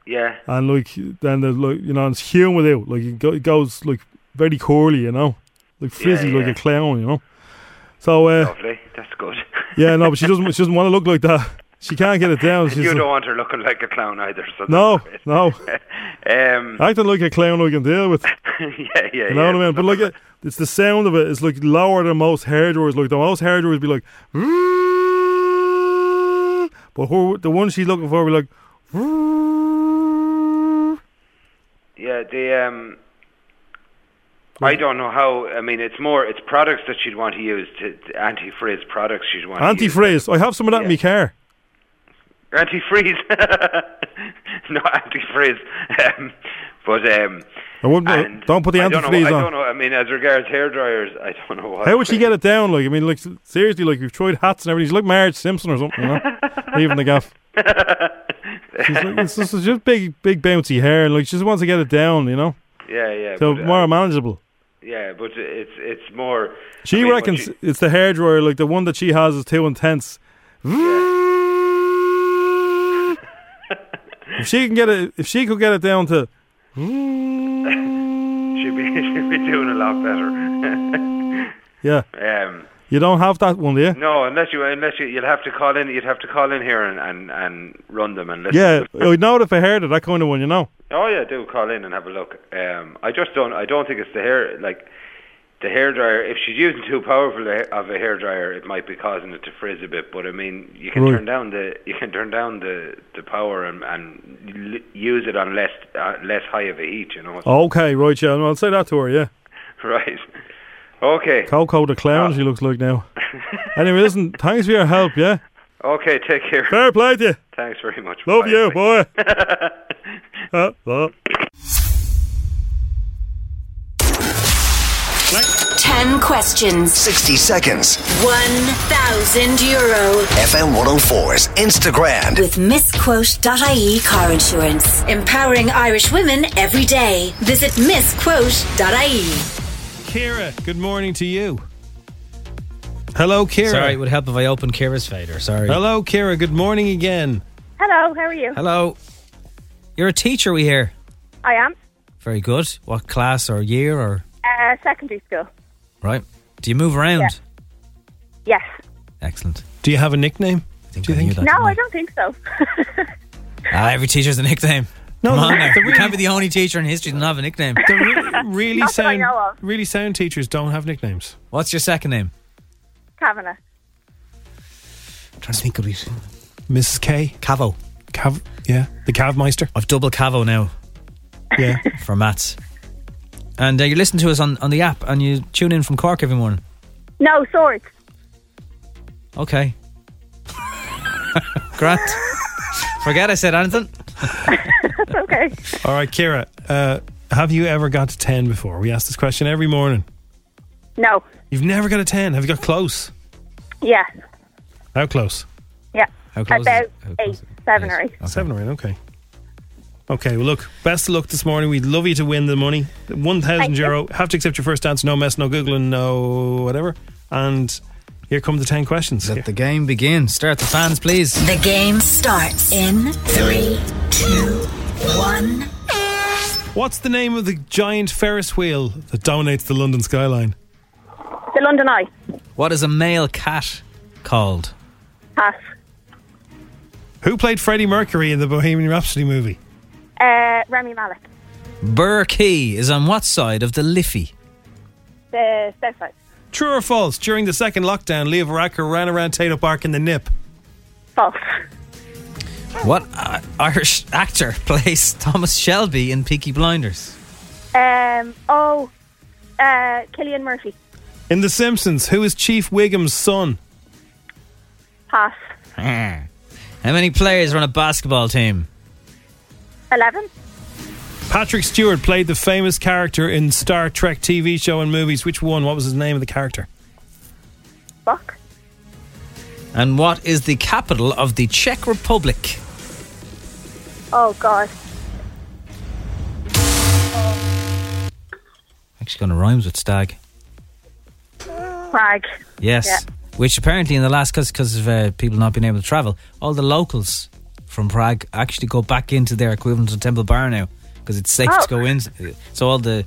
[SPEAKER 9] Yeah.
[SPEAKER 8] and like then there's like you know and it's humid out, like it, go, it goes like very curly. You know, like frizzy, like
[SPEAKER 9] yeah.
[SPEAKER 8] a clown. You know. So uh,
[SPEAKER 9] Lovely. That's good.
[SPEAKER 8] yeah, no, but she doesn't. She doesn't want to look like that. She can't get it down.
[SPEAKER 9] And
[SPEAKER 8] She's
[SPEAKER 9] you
[SPEAKER 8] like-
[SPEAKER 9] don't want her looking like a clown either. So
[SPEAKER 8] No,
[SPEAKER 9] that's
[SPEAKER 8] no.
[SPEAKER 9] great. um.
[SPEAKER 8] Acting like a clown I can deal with.
[SPEAKER 9] yeah. Yeah. yeah.
[SPEAKER 8] You know what I mean? But like, it, it's the sound of it. It's like lower than most hairdryers. Like the most hairdryers be like, but her, the one she's looking for be like,
[SPEAKER 9] Yeah. The um. I don't know how. I mean, it's more. It's products that she'd want to use. To, anti-frizz products she'd want. to use.
[SPEAKER 8] antifreeze. I have some of that in my car.
[SPEAKER 9] Antifreeze. Not antifreeze. Um, but um,
[SPEAKER 8] I wouldn't.
[SPEAKER 9] And
[SPEAKER 8] don't put the
[SPEAKER 9] I don't know-
[SPEAKER 8] antifreeze
[SPEAKER 9] I
[SPEAKER 8] on.
[SPEAKER 9] don't know. I mean, as regards hair dryers, I don't know what.
[SPEAKER 8] How would she get it down? Like, I mean, like seriously, like we've tried hats and everything. She's like Marge Simpson or something. You know? Leaving the gaff. She's like, it's just, it's just big, big bouncy hair, and like she just wants to get it down. You know,
[SPEAKER 9] Yeah, yeah.
[SPEAKER 8] so
[SPEAKER 9] but, uh,
[SPEAKER 8] more manageable.
[SPEAKER 9] yeah, but it's it's more.
[SPEAKER 8] She
[SPEAKER 9] I mean, what
[SPEAKER 8] reckons
[SPEAKER 9] she-
[SPEAKER 8] it's the hairdryer, like the one that she has is too intense. if she can get it, if she could get it down to,
[SPEAKER 9] she'd be she'd be doing a lot better.
[SPEAKER 8] yeah,
[SPEAKER 9] um.
[SPEAKER 8] you don't have that one, do you?
[SPEAKER 9] No, unless you unless you you'd have to call in you'd have to call in here and and, and run them and listen.
[SPEAKER 8] Yeah,
[SPEAKER 9] to them.
[SPEAKER 8] I know it if I heard it, that kind of one, you know.
[SPEAKER 9] Oh yeah, do call in and have a look. Um, I just don't. I don't think it's the hair like the hair dryer. If she's using too powerful a, of a hair dryer, it might be causing it to frizz a bit. But I mean, you can
[SPEAKER 8] Right.
[SPEAKER 9] turn down the you can turn down the the power and and l- use it on less uh, less high of a heat. You know.
[SPEAKER 8] Okay, right, yeah, I'll say that to her, yeah.
[SPEAKER 9] Right. Okay.
[SPEAKER 8] Coco the
[SPEAKER 9] Ah.
[SPEAKER 8] clown, she looks like now. anyway, listen, thanks for your help, yeah.
[SPEAKER 9] Okay. Take care.
[SPEAKER 8] Fair play to you.
[SPEAKER 9] Thanks very much.
[SPEAKER 8] Love
[SPEAKER 9] Bye.
[SPEAKER 8] you, boy. Uh, uh.
[SPEAKER 10] 10 questions.
[SPEAKER 1] 60 seconds.
[SPEAKER 10] 1,000 euro.
[SPEAKER 1] FM 104's Instagram.
[SPEAKER 10] With misquote.ie E car insurance. Empowering Irish women every day. Visit misquote.ie.
[SPEAKER 3] Kira, good morning to you. Hello, Kira.
[SPEAKER 2] Sorry, it would help if I opened Kira's fader. Sorry.
[SPEAKER 3] Hello, Kira. Good morning again.
[SPEAKER 11] Hello, how are you?
[SPEAKER 2] Hello. You're a teacher, we hear.
[SPEAKER 11] I am.
[SPEAKER 2] Very good. What class or year or.
[SPEAKER 11] Uh, secondary school.
[SPEAKER 2] Right. Do you move around?
[SPEAKER 11] Yes.
[SPEAKER 2] Excellent.
[SPEAKER 3] Do you have a nickname?
[SPEAKER 2] I think I knew that.
[SPEAKER 11] no, I don't think so.
[SPEAKER 2] Ah, every teacher's a nickname. No, Come on
[SPEAKER 3] the-
[SPEAKER 2] now.
[SPEAKER 3] the
[SPEAKER 2] You can't be the only teacher in history to not have a nickname.
[SPEAKER 3] The re- really
[SPEAKER 11] Not that I
[SPEAKER 3] sound
[SPEAKER 11] know of.
[SPEAKER 3] really sound teachers don't have nicknames.
[SPEAKER 2] What's your second name?
[SPEAKER 11] Kavanagh.
[SPEAKER 2] trying to think of it.
[SPEAKER 3] Mrs. K.
[SPEAKER 2] Cavo.
[SPEAKER 3] Cav. Yeah, the Cavmeister.
[SPEAKER 2] I've double Cavo now
[SPEAKER 3] Yeah.
[SPEAKER 2] for maths. And uh, you listen to us on, on the app and you tune in from Cork every morning.
[SPEAKER 11] No, swords.
[SPEAKER 2] Okay. Grant. Forget I said anything.
[SPEAKER 11] That's okay.
[SPEAKER 3] All right, Kira. Uh, have you ever got to ten before? We ask this question every morning.
[SPEAKER 11] No.
[SPEAKER 3] You've never got a ten. Have you got close?
[SPEAKER 11] Yeah.
[SPEAKER 3] How close?
[SPEAKER 11] Yeah.
[SPEAKER 2] How close is
[SPEAKER 11] About
[SPEAKER 2] it?
[SPEAKER 11] eight, seven or eight.
[SPEAKER 3] Seven or eight, okay. Okay, well, look, best of luck this morning. We'd love you to win the money. 1,000 euro. Have to accept your first answer. No mess, no Googling, no whatever. And here come the 10 questions. Let the
[SPEAKER 2] game begin. Start the fans, please.
[SPEAKER 10] The game starts in three, two, one.
[SPEAKER 3] What's the name of the giant Ferris wheel that dominates the London skyline?
[SPEAKER 11] The London Eye.
[SPEAKER 2] What is a male cat called?
[SPEAKER 11] Pass.
[SPEAKER 3] Who played Freddie Mercury in the Bohemian Rhapsody movie?
[SPEAKER 11] Uh, Remy Malik.
[SPEAKER 2] Burr Key is on what side of the Liffey?
[SPEAKER 11] The South Side.
[SPEAKER 3] True or false? During the second lockdown, Leo Varadkar ran around Tato Park in the nip.
[SPEAKER 11] False.
[SPEAKER 2] What uh, Irish actor plays Thomas Shelby in Peaky Blinders?
[SPEAKER 11] Um, oh, uh, Killian Murphy.
[SPEAKER 3] In The Simpsons, who is Chief Wiggum's son?
[SPEAKER 11] Pass.
[SPEAKER 2] How many players are on a basketball team?
[SPEAKER 11] 11.
[SPEAKER 3] Patrick Stewart played the famous character in Star Trek TV show and movies. Which one? What was his name of the character?
[SPEAKER 2] And what is the capital of the Czech Republic?
[SPEAKER 11] Oh, God.
[SPEAKER 2] Actually, going to rhymes with stag.
[SPEAKER 11] Prague.
[SPEAKER 2] Yes. Which apparently, in the last, because of uh, people not being able to travel, all the locals from Prague actually go back into their equivalent of Temple Bar now because it's safe
[SPEAKER 3] Oh.
[SPEAKER 2] to go in. So all the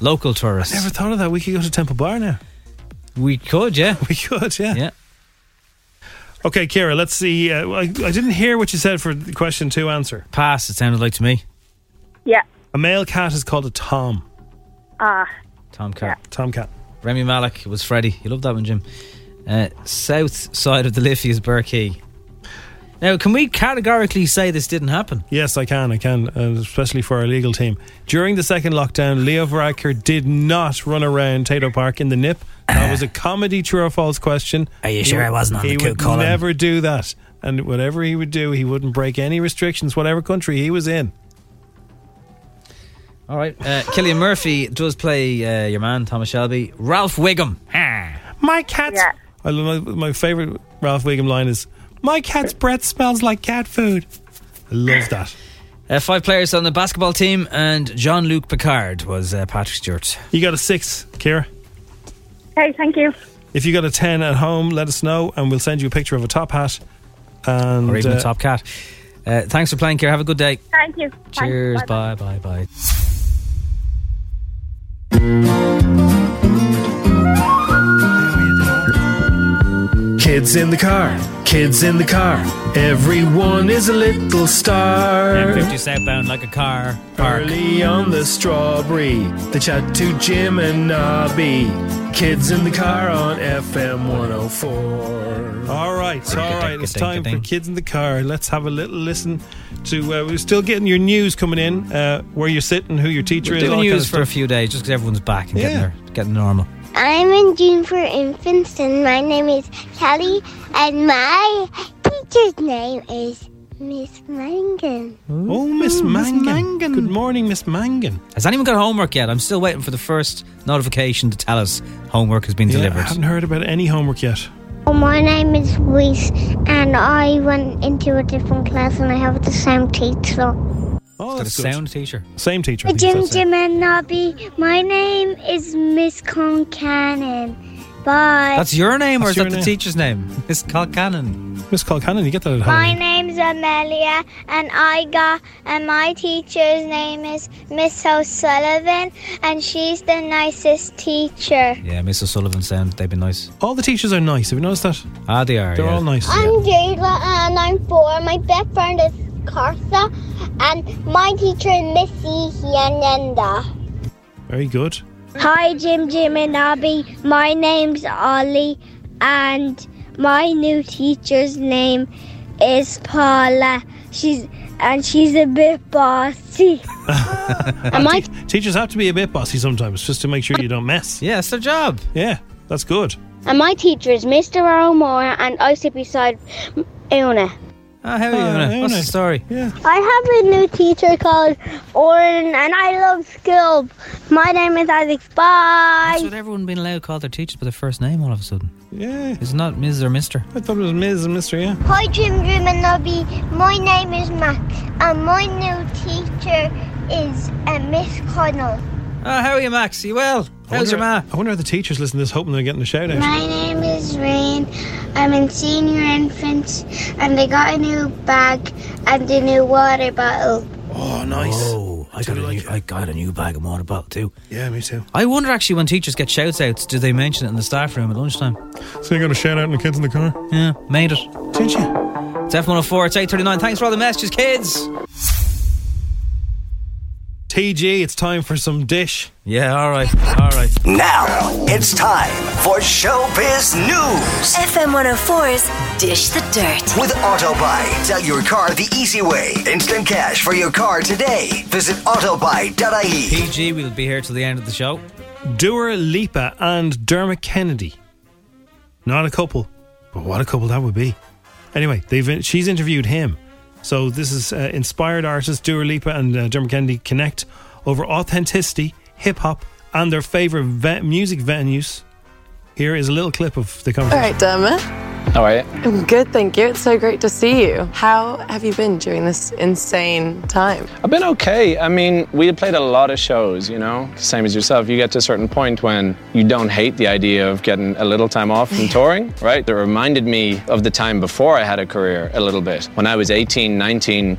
[SPEAKER 2] local tourists.
[SPEAKER 3] Never thought of that. We could go to Temple Bar now.
[SPEAKER 2] We could, yeah.
[SPEAKER 3] We could, yeah.
[SPEAKER 2] Yeah.
[SPEAKER 3] Okay, Kira, let's see. Uh, I, I didn't hear what you said for the question two answer.
[SPEAKER 2] Pass, it sounded like to me.
[SPEAKER 11] Yeah.
[SPEAKER 3] A male cat is called a Tom.
[SPEAKER 11] Ah.
[SPEAKER 2] Tomcat.
[SPEAKER 3] Tomcat.
[SPEAKER 2] Remy Malik was Freddie. You love that one, Jim. Uh, south side of the Liffey is Burkey. Now, can we categorically say this didn't happen?
[SPEAKER 3] Yes, I can. I can, uh, especially for our legal team. During the second lockdown, Leo Varadkar did not run around Tato Park in the nip. That was a comedy true or false question.
[SPEAKER 2] Are you
[SPEAKER 3] He
[SPEAKER 2] sure
[SPEAKER 3] would-
[SPEAKER 2] I wasn't on
[SPEAKER 3] He
[SPEAKER 2] the coup
[SPEAKER 3] would
[SPEAKER 2] column?
[SPEAKER 3] never do that. And whatever he would do, he wouldn't break any restrictions, whatever country he was in.
[SPEAKER 2] All right. Uh, Killian Murphy does play uh, your man, Thomas Shelby. Ralph Wiggum.
[SPEAKER 3] My cat's. I love my, my favorite Ralph Wiggum line is, "My cat's breath smells like cat food." I love that.
[SPEAKER 2] Uh, five players on the basketball team, and John Luke Picard was uh, Patrick Stewart.
[SPEAKER 3] You got a six, Kira.
[SPEAKER 11] Hey, thank you.
[SPEAKER 3] If you got a ten at home, let us know, and we'll send you a picture of a top hat, and
[SPEAKER 2] Or even a top cat. Uh, thanks for playing, Kira. Have a good day.
[SPEAKER 11] Thank you.
[SPEAKER 2] Cheers. Bye, bye, bye.
[SPEAKER 12] Kids in the car, kids in the car. Everyone is a little star.
[SPEAKER 2] M50 southbound like a car. Park.
[SPEAKER 12] Early on the strawberry, they chat to Jim and Nobby. Kids in the car on FM 104.
[SPEAKER 3] All right, all right. It's time for kids in the car. Let's have a little listen to. Uh, we're still getting your news coming in, uh, where you're sitting, who your teacher
[SPEAKER 2] We're
[SPEAKER 3] is.
[SPEAKER 2] doing
[SPEAKER 3] all that
[SPEAKER 2] news
[SPEAKER 3] kind
[SPEAKER 2] for
[SPEAKER 3] of
[SPEAKER 2] a
[SPEAKER 3] stuff.
[SPEAKER 2] few days just because everyone's back and getting,
[SPEAKER 3] Yeah.
[SPEAKER 2] their, getting normal.
[SPEAKER 13] I'm in June for Infants, and my name is Kelly, and my teacher's name is Miss Mangan.
[SPEAKER 3] Oh, Miss Mangan. Good morning, Miss Mangan.
[SPEAKER 2] Has anyone got homework yet? I'm still waiting for the first notification to tell us homework has been
[SPEAKER 3] Yeah, I
[SPEAKER 2] delivered.
[SPEAKER 3] haven't heard about any homework yet. Oh,
[SPEAKER 13] My name is Reese, and I went into a different class, and I have the same teacher.
[SPEAKER 3] Oh,
[SPEAKER 2] it's got a sound teacher.
[SPEAKER 3] Same teacher. I think
[SPEAKER 13] Jim,
[SPEAKER 3] that's it.
[SPEAKER 13] Jim, and Nobby. My name is Miss Concannon. Bye.
[SPEAKER 2] That's your name, or
[SPEAKER 3] That's
[SPEAKER 2] is that
[SPEAKER 3] your
[SPEAKER 2] the
[SPEAKER 3] name.
[SPEAKER 2] teacher's name? Miss Colcannon.
[SPEAKER 3] Miss Colcannon, you get that at
[SPEAKER 13] My name's Amelia, and I got, and my teacher's name is Miss O'Sullivan, and she's the nicest teacher.
[SPEAKER 2] Yeah, Miss O'Sullivan sound. They've been nice.
[SPEAKER 3] All the teachers are nice. Have you noticed that?
[SPEAKER 2] Ah, they are.
[SPEAKER 3] They're
[SPEAKER 2] yeah.
[SPEAKER 3] all nice.
[SPEAKER 13] I'm Jayla, and I'm four. My best friend is Cartha, and my teacher is Missy Yanenda.
[SPEAKER 3] Very good.
[SPEAKER 13] Hi, Jim, Jim, and Abby. My name's Ollie, and my new teacher's name is Paula. She's and she's a bit bossy. Am I?
[SPEAKER 3] Teachers have to be a bit bossy sometimes, just to make sure you don't mess.
[SPEAKER 2] Yeah, it's their job.
[SPEAKER 3] Yeah, that's good.
[SPEAKER 13] And my teacher is Mr. O'Mara, and I sit beside Una.
[SPEAKER 2] Oh, how are you?
[SPEAKER 3] Ah,
[SPEAKER 2] Una? What's the story?
[SPEAKER 13] I have a new teacher called Oren, and I love school. My name is Isaac.
[SPEAKER 2] That's
[SPEAKER 13] Bye.
[SPEAKER 2] what everyone being allowed to call their teachers by their first name all of a sudden.
[SPEAKER 3] Yeah.
[SPEAKER 2] It's not Ms. or Mr.
[SPEAKER 3] I thought it was Ms. and Mr. Yeah.
[SPEAKER 13] Hi, Jim, Jim, and Nobby. My name is Mac, and my new teacher is uh, Miss Connell.
[SPEAKER 2] Oh, how are you, Max? You well? How's your ma?
[SPEAKER 3] I wonder how the teachers listen to this, hoping they're getting a shout out.
[SPEAKER 14] My name is Rain. I'm in senior infant, and I got a new bag and a new water bottle.
[SPEAKER 2] Oh, nice. Oh, I got a new, I got a new bag of water bottle too.
[SPEAKER 3] Yeah, me too.
[SPEAKER 2] I wonder actually when teachers get shouts outs, do they mention it in the staff room at lunchtime?
[SPEAKER 3] So you got a shout out and the kids in the car?
[SPEAKER 2] Yeah, made it. Did you? It's F104, it's 839. Thanks for all the messages, kids.
[SPEAKER 3] TG, it's time for some dish.
[SPEAKER 2] Yeah, all right. All right.
[SPEAKER 1] Now it's time for Showbiz News.
[SPEAKER 10] FM 104's Dish the Dirt.
[SPEAKER 1] With AutoBuy, sell your car the easy way. Instant cash for your car today. Visit autobuy.ie.
[SPEAKER 2] PG will be here till the end of the show.
[SPEAKER 3] Dua Lipa and Dermot Kennedy. Not a couple, but what a couple that would be. Anyway, they've she's interviewed him. So this is uh, inspired artists Dua Lipa and uh, Dermot Kennedy connect over authenticity, hip hop, and their favorite ve- music venues. Here is a little clip of the
[SPEAKER 15] All
[SPEAKER 3] conversation.
[SPEAKER 15] right, Dermot.
[SPEAKER 16] How are you?
[SPEAKER 15] I'm good, thank you. It's so great to see you. How have you been during this insane time?
[SPEAKER 16] I've been okay. I mean, we played a lot of shows, you know? Same as yourself. You get to a certain point when you don't hate the idea of getting a little time off from touring, right? That reminded me of the time before I had a career a little bit. When I was 18, 19,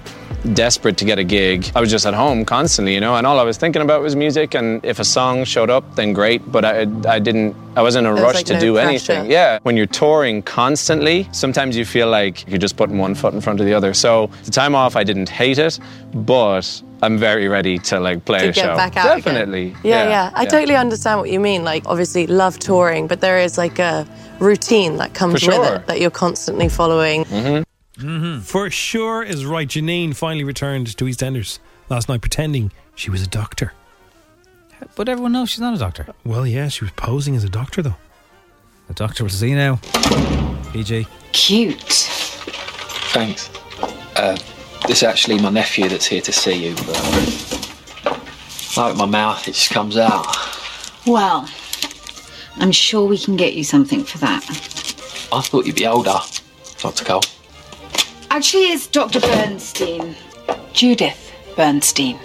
[SPEAKER 16] desperate to get a gig, I was just at home constantly, you know? And all I was thinking about was music. And if a song showed up, then great. But I, I didn't, I wasn't in a
[SPEAKER 15] There
[SPEAKER 16] rush
[SPEAKER 15] was, like,
[SPEAKER 16] to
[SPEAKER 15] no
[SPEAKER 16] do
[SPEAKER 15] pressure.
[SPEAKER 16] anything. Yeah. When you're touring constantly, sometimes you feel like you're just putting one foot in front of the other. So the time off, I didn't hate it, but I'm very ready to like play
[SPEAKER 15] To
[SPEAKER 16] a
[SPEAKER 15] get
[SPEAKER 16] show.
[SPEAKER 15] back out again.
[SPEAKER 16] Definitely.
[SPEAKER 15] Yeah, yeah. I totally understand what you mean. Like, obviously, love touring, but there is like a routine that comes
[SPEAKER 3] For
[SPEAKER 15] with
[SPEAKER 3] sure. Mm-hmm.
[SPEAKER 15] it that you're constantly following.
[SPEAKER 3] For sure is right. Janine finally returned to EastEnders last night, pretending she was a doctor.
[SPEAKER 2] But everyone knows she's not a doctor.
[SPEAKER 3] Well, yeah, she was posing as a doctor though.
[SPEAKER 2] A doctor will see now. PG.
[SPEAKER 17] Cute. Thanks. Uh, this is actually my nephew that's here to see you, but like my mouth, it just comes out.
[SPEAKER 18] Well, I'm sure we can get you something for that.
[SPEAKER 17] I thought you'd be older, Dr. Cole.
[SPEAKER 18] Actually, it's Dr. Bernstein. Judith Bernstein.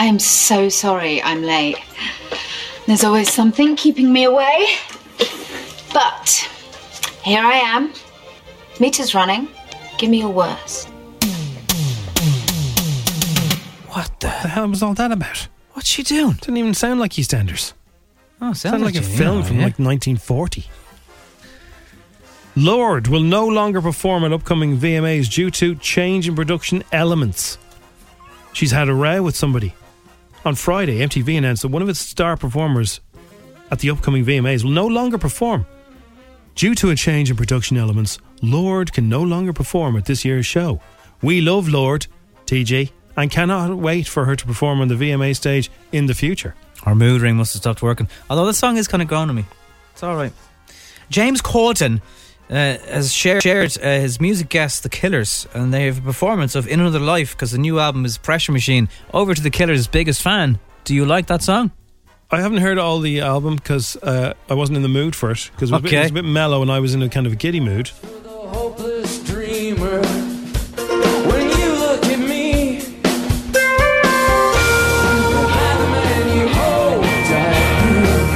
[SPEAKER 18] I am so sorry I'm late. There's always something keeping me away. But here I am. Meter's running. Give me your worst.
[SPEAKER 3] What the hell was all that about? What's she doing? Didn't even sound like EastEnders.
[SPEAKER 2] Oh, sounds
[SPEAKER 3] Sounded like, a
[SPEAKER 2] you,
[SPEAKER 3] film
[SPEAKER 2] yeah,
[SPEAKER 3] from
[SPEAKER 2] yeah.
[SPEAKER 3] like 1940. Lord will no longer perform at upcoming VMAs due to change in production elements. She's had a row with somebody. On Friday, MTV announced that one of its star performers at the upcoming VMAs will no longer perform. Due to a change in production elements, Lord can no longer perform at this year's show. We love Lord, TG, and cannot wait for her to perform on the VMA stage in the future.
[SPEAKER 2] Our mood ring must have stopped working. Although this song is kind of grown on me. It's all right. James Corden uh, has shared, shared uh, his music guest, The Killers, and they have a performance of In Another Life because the new album is Pressure Machine. Over to The Killers' biggest fan. Do you like that song?
[SPEAKER 3] I haven't heard all the album because uh, I wasn't in the mood for it because it, was a bit- it
[SPEAKER 2] Okay.
[SPEAKER 3] was a bit mellow and I was in a kind of a giddy mood.
[SPEAKER 19] hopeless dreamer. When you look at me, i the man you hold tight.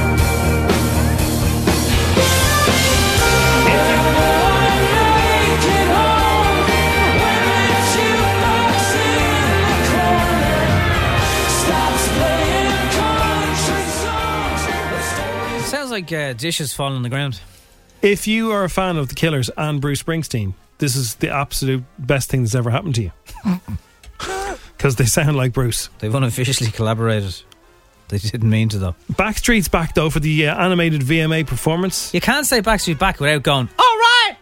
[SPEAKER 19] If you wanna make it home, when that jukebox in the corner stops playing country songs, with stories
[SPEAKER 2] It sounds like uh, dishes falling on the ground.
[SPEAKER 3] If you are a fan of the Killers and Bruce Springsteen, this is the absolute best thing that's ever happened to you because they sound like Bruce.
[SPEAKER 2] They've unofficially collaborated. They didn't mean to, though.
[SPEAKER 3] Backstreet's back though for the uh, animated VMA performance.
[SPEAKER 2] You can't say Backstreet back without going. "Oh,
[SPEAKER 3] All right.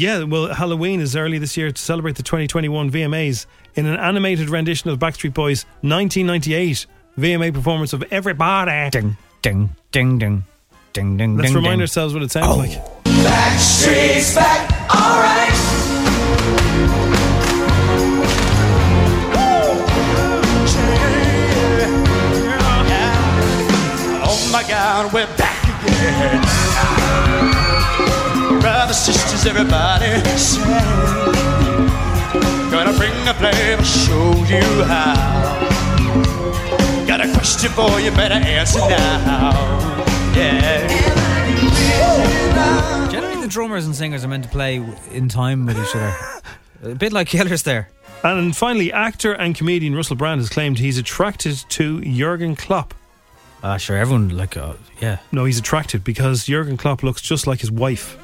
[SPEAKER 3] Yeah, well, Halloween is early this year to celebrate the 2021 VMAs in an animated rendition of Backstreet Boys' 1998 VMA performance of Everybody.
[SPEAKER 2] Ding, ding, ding, ding, ding, ding.
[SPEAKER 3] Let's
[SPEAKER 2] ding, Oh.
[SPEAKER 3] remind
[SPEAKER 2] ding.
[SPEAKER 3] ourselves what it sounds like.
[SPEAKER 19] Backstreet's back, alright.
[SPEAKER 20] again, Oh we're back again. Brothers, sisters, everybody, sing. Gonna bring a flame and show you how. Got a question for you, better answer now. Yeah.
[SPEAKER 2] Generally, the drummers and singers are meant to play w- in time with each other. A bit like Killers there.
[SPEAKER 3] And finally, actor and comedian Russell Brand has claimed he's attracted to Jurgen Klopp.
[SPEAKER 2] Ah, sure, everyone, like, uh, yeah.
[SPEAKER 3] No, he's attracted because Jurgen Klopp looks just like his wife.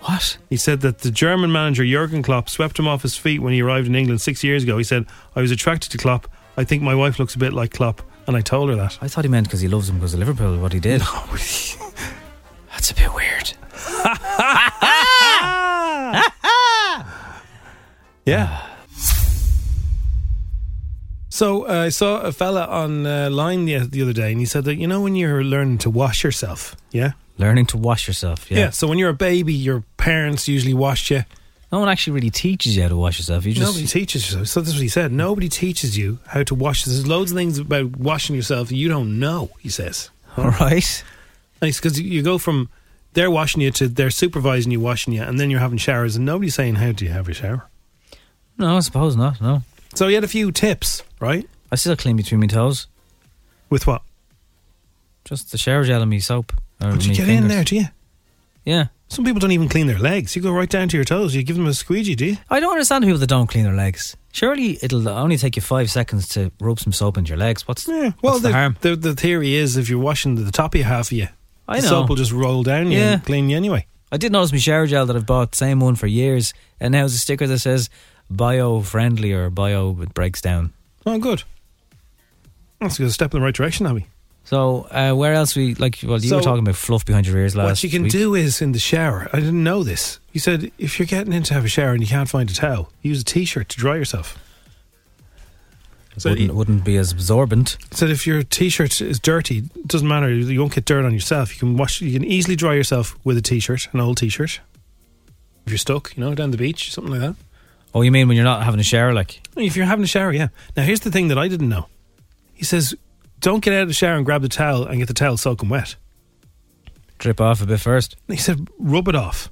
[SPEAKER 2] What?
[SPEAKER 3] He said that the German manager Jurgen Klopp swept him off his feet when he arrived in England six years ago. He said, I was attracted to Klopp. I think my wife looks a bit like Klopp. And I told her that.
[SPEAKER 2] I thought he meant because he loves him because of Liverpool, what he did. That's a bit weird.
[SPEAKER 3] Ah! Yeah. So uh, I saw a fella online the, the other day, and he said that you know when you're learning to wash yourself, yeah,
[SPEAKER 2] Learning to wash yourself, yeah.
[SPEAKER 3] yeah. So when you're a baby, your parents usually wash you.
[SPEAKER 2] No one actually really teaches you how to wash yourself. You just
[SPEAKER 3] Nobody teaches yourself. So this is what he said. Nobody teaches you how to wash. There's loads of things about washing yourself you don't know. He says.
[SPEAKER 2] All right.
[SPEAKER 3] And it's because you go from they're washing you to they're supervising you washing you, and then you're having showers, and nobody's saying how do you have a shower.
[SPEAKER 2] No, I suppose not. No.
[SPEAKER 3] So he had a few tips, right?
[SPEAKER 2] I still clean between my toes.
[SPEAKER 3] With what?
[SPEAKER 2] Just the shower gel and me soap. Or
[SPEAKER 3] But you
[SPEAKER 2] me
[SPEAKER 3] get in
[SPEAKER 2] Oh, fingers.
[SPEAKER 3] there, do you?
[SPEAKER 2] Yeah.
[SPEAKER 3] Some people don't even clean their legs. You go right down to your toes. You give them a squeegee, do you?
[SPEAKER 2] I don't understand people that don't clean their legs. Surely it'll only take you five seconds to rub some soap into your legs. What's
[SPEAKER 3] yeah? Well,
[SPEAKER 2] the, harm?
[SPEAKER 3] The, the theory is if you're washing the top of your half of you,
[SPEAKER 2] I
[SPEAKER 3] the
[SPEAKER 2] know.
[SPEAKER 3] soap will just roll down you
[SPEAKER 2] Yeah.
[SPEAKER 3] and clean you anyway.
[SPEAKER 2] I did notice my shower gel that I've bought, same one for years, and now has a sticker that says bio friendly or bio it breaks down.
[SPEAKER 3] Oh, good. That's a good step in the right direction, Abby.
[SPEAKER 2] So uh, where else we like? Well, you were
[SPEAKER 3] So-
[SPEAKER 2] talking about fluff behind your ears last.
[SPEAKER 3] what you can
[SPEAKER 2] week.
[SPEAKER 3] do is in the shower. I didn't know this. You said if you're getting in to have a shower and you can't find a towel, use a t-shirt to dry yourself.
[SPEAKER 2] It wouldn't, wouldn't be as absorbent.
[SPEAKER 3] Said if your t-shirt is dirty, it doesn't matter. You won't get dirt on yourself. You can wash. You can easily dry yourself with a t-shirt, an old t-shirt. If you're stuck, you know, down the beach, something like that.
[SPEAKER 2] Oh, you mean when you're not having a shower, like?
[SPEAKER 3] If you're having a shower, yeah. Now, here's the thing that I didn't know. He says, don't get out of the shower and grab the towel and get the towel soaking wet.
[SPEAKER 2] Drip off a bit first.
[SPEAKER 3] He said, rub it off.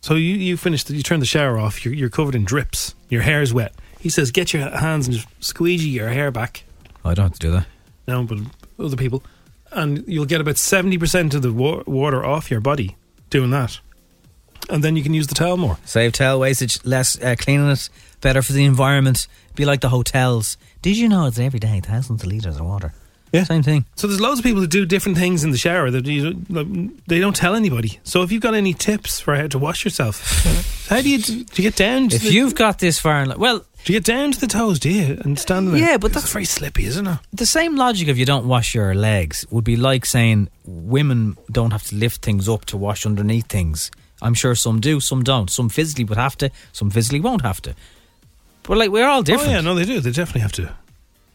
[SPEAKER 3] So you, you finish, the, you turn the shower off, you're, you're covered in drips, your hair's wet. He says, get your hands and just squeegee your hair back.
[SPEAKER 2] Oh, I don't have to do that.
[SPEAKER 3] No, but other people. And you'll get about 70% of the wa- water off your body doing that. And then you can use the towel more.
[SPEAKER 2] Save towel wastage, less uh, cleaning it, better for the environment. Be like the hotels. Did you know it's every day thousands of litres of water?
[SPEAKER 3] Yeah.
[SPEAKER 2] Same thing.
[SPEAKER 3] So there's loads of people who do different things in the shower that you don't, like, they don't tell anybody. So if you've got any tips for how to wash yourself, how do you do you get down? To
[SPEAKER 2] If
[SPEAKER 3] the,
[SPEAKER 2] you've got this far, in li- well,
[SPEAKER 3] do you get down to the toes? Do you and stand there?
[SPEAKER 2] Yeah, but
[SPEAKER 3] that's very slippy, isn't it?
[SPEAKER 2] the same logic of you don't wash your legs would be like saying women don't have to lift things up to wash underneath things. I'm sure some do, some don't. Some physically would have to, some physically won't have to. But like we're all different.
[SPEAKER 3] Oh yeah, no, they do. They definitely have to.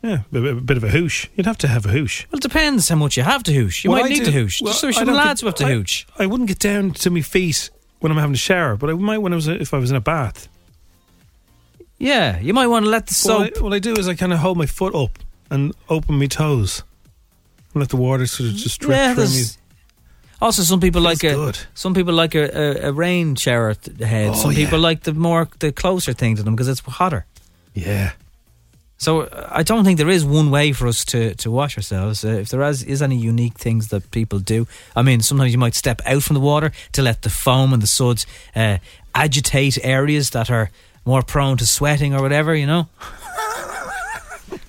[SPEAKER 3] Yeah, a bit- a bit of a hoosh. You'd have to have a hoosh.
[SPEAKER 2] Well, it depends how much you have to hoosh. You
[SPEAKER 3] Well,
[SPEAKER 2] might
[SPEAKER 3] I
[SPEAKER 2] need
[SPEAKER 3] do-
[SPEAKER 2] to hoosh.
[SPEAKER 3] well,
[SPEAKER 2] Just so
[SPEAKER 3] I
[SPEAKER 2] some
[SPEAKER 3] don't
[SPEAKER 2] lads
[SPEAKER 3] get-
[SPEAKER 2] would have
[SPEAKER 3] I-
[SPEAKER 2] to hoosh.
[SPEAKER 3] I wouldn't get down to my feet when I'm having a shower, but I might when I was if I was in a bath.
[SPEAKER 2] Yeah, you might want to let the soap.
[SPEAKER 3] What I, what I do is I kind of hold my foot up and open my toes and let the water sort of just drip
[SPEAKER 2] Yeah,
[SPEAKER 3] through me.
[SPEAKER 2] there's- Also, some people like a some people like a, a, a rain shower th- head.
[SPEAKER 3] Oh,
[SPEAKER 2] some
[SPEAKER 3] yeah.
[SPEAKER 2] people like the more the closer thing to them because it's hotter.
[SPEAKER 3] Yeah.
[SPEAKER 2] So uh, I don't think there is one way for us to, to wash ourselves. Uh, if there is, is any unique things that people do, I mean, sometimes you might step out from the water to let the foam and the suds uh, agitate areas that are more prone to sweating or whatever. You know.